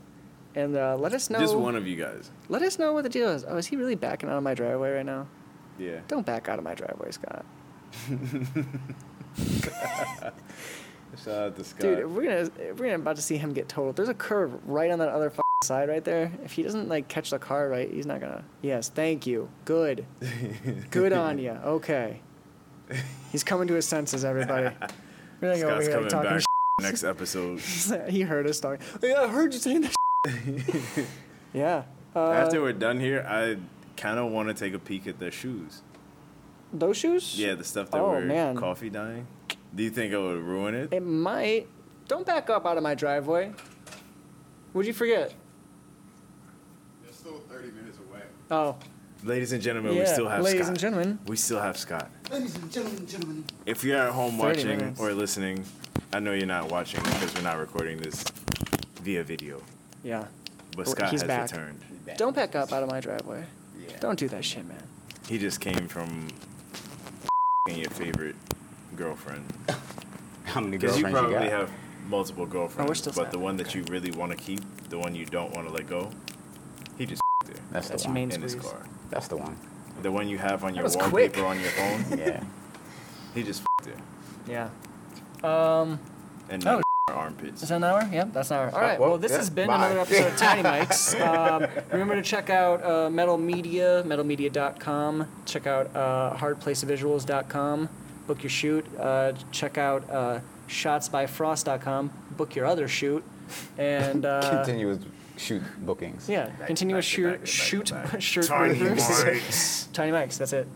and uh, let us
now.
know.
Just one of you guys.
Let us know what the deal is. Oh, is he really backing out of my driveway right now?
Yeah.
Don't back out of my driveway, Scott.
Shout out to Scott.
Dude, if we're gonna if we're gonna about to see him get totaled. There's a curve right on that other f- side right there. If he doesn't like catch the car right, he's not gonna. Yes, thank you. Good, good on you. Okay, he's coming to his senses, everybody. We're gonna go over
Scott's
here like,
coming
talking.
back next episode.
shit. he heard us talking. "Oh, yeah, I heard you saying that. shit." yeah. Uh,
After we're done here, I kind of want to take a peek at their shoes.
those shoes.
Yeah, the stuff that
Oh,
were
man.
coffee dying. Do you think I would ruin it?
It might. Don't back up out of my driveway. What'd you forget?
They're still 30 minutes away.
Oh,
Ladies and gentlemen, we
Yeah,
still have
ladies
Scott.
and gentlemen.
We still have Scott.
Ladies and gentlemen, gentlemen.
If you're at home
30
watching
minutes.
or listening, I know you're not watching because we're not recording this via video.
yeah.
But
Or-
Scott
he's
has
back.
returned.
Don't back up out of my driveway.
Yeah.
Don't do that shit, man.
He just came from your favorite girlfriend.
How many
Because you
girlfriends you,
probably
got?
have multiple girlfriends,
still
but the
snapping,
one that you really want to keep, the one you don't want to let go, he just her
That's,
That's
the one.
main-
in his
squeeze.
car.
That's the one.
The one you have on your
was
wallpaper
quick.
on your phone,
Yeah.
he just her
Yeah. Um,
and
Oh,
not her armpits.
is that an hour? Yep, that's an hour. All right.
well,
Well, this
yeah,
has been
bye.
another episode of Tiny Mikes. Um, remember to check out uh, Metal Media, metalmedia.com. Check out uh, hardplacevisuals.com. Book your shoot. Uh, check out uh, shotsbyfrost.com. Book your other shoot. And uh,
Continuous shoot bookings.
yeah, continuous
back to back
shoot
to back to
shoot
back.
shirt
Tiny
breakers.
Mikes.
Tiny Mikes. That's it.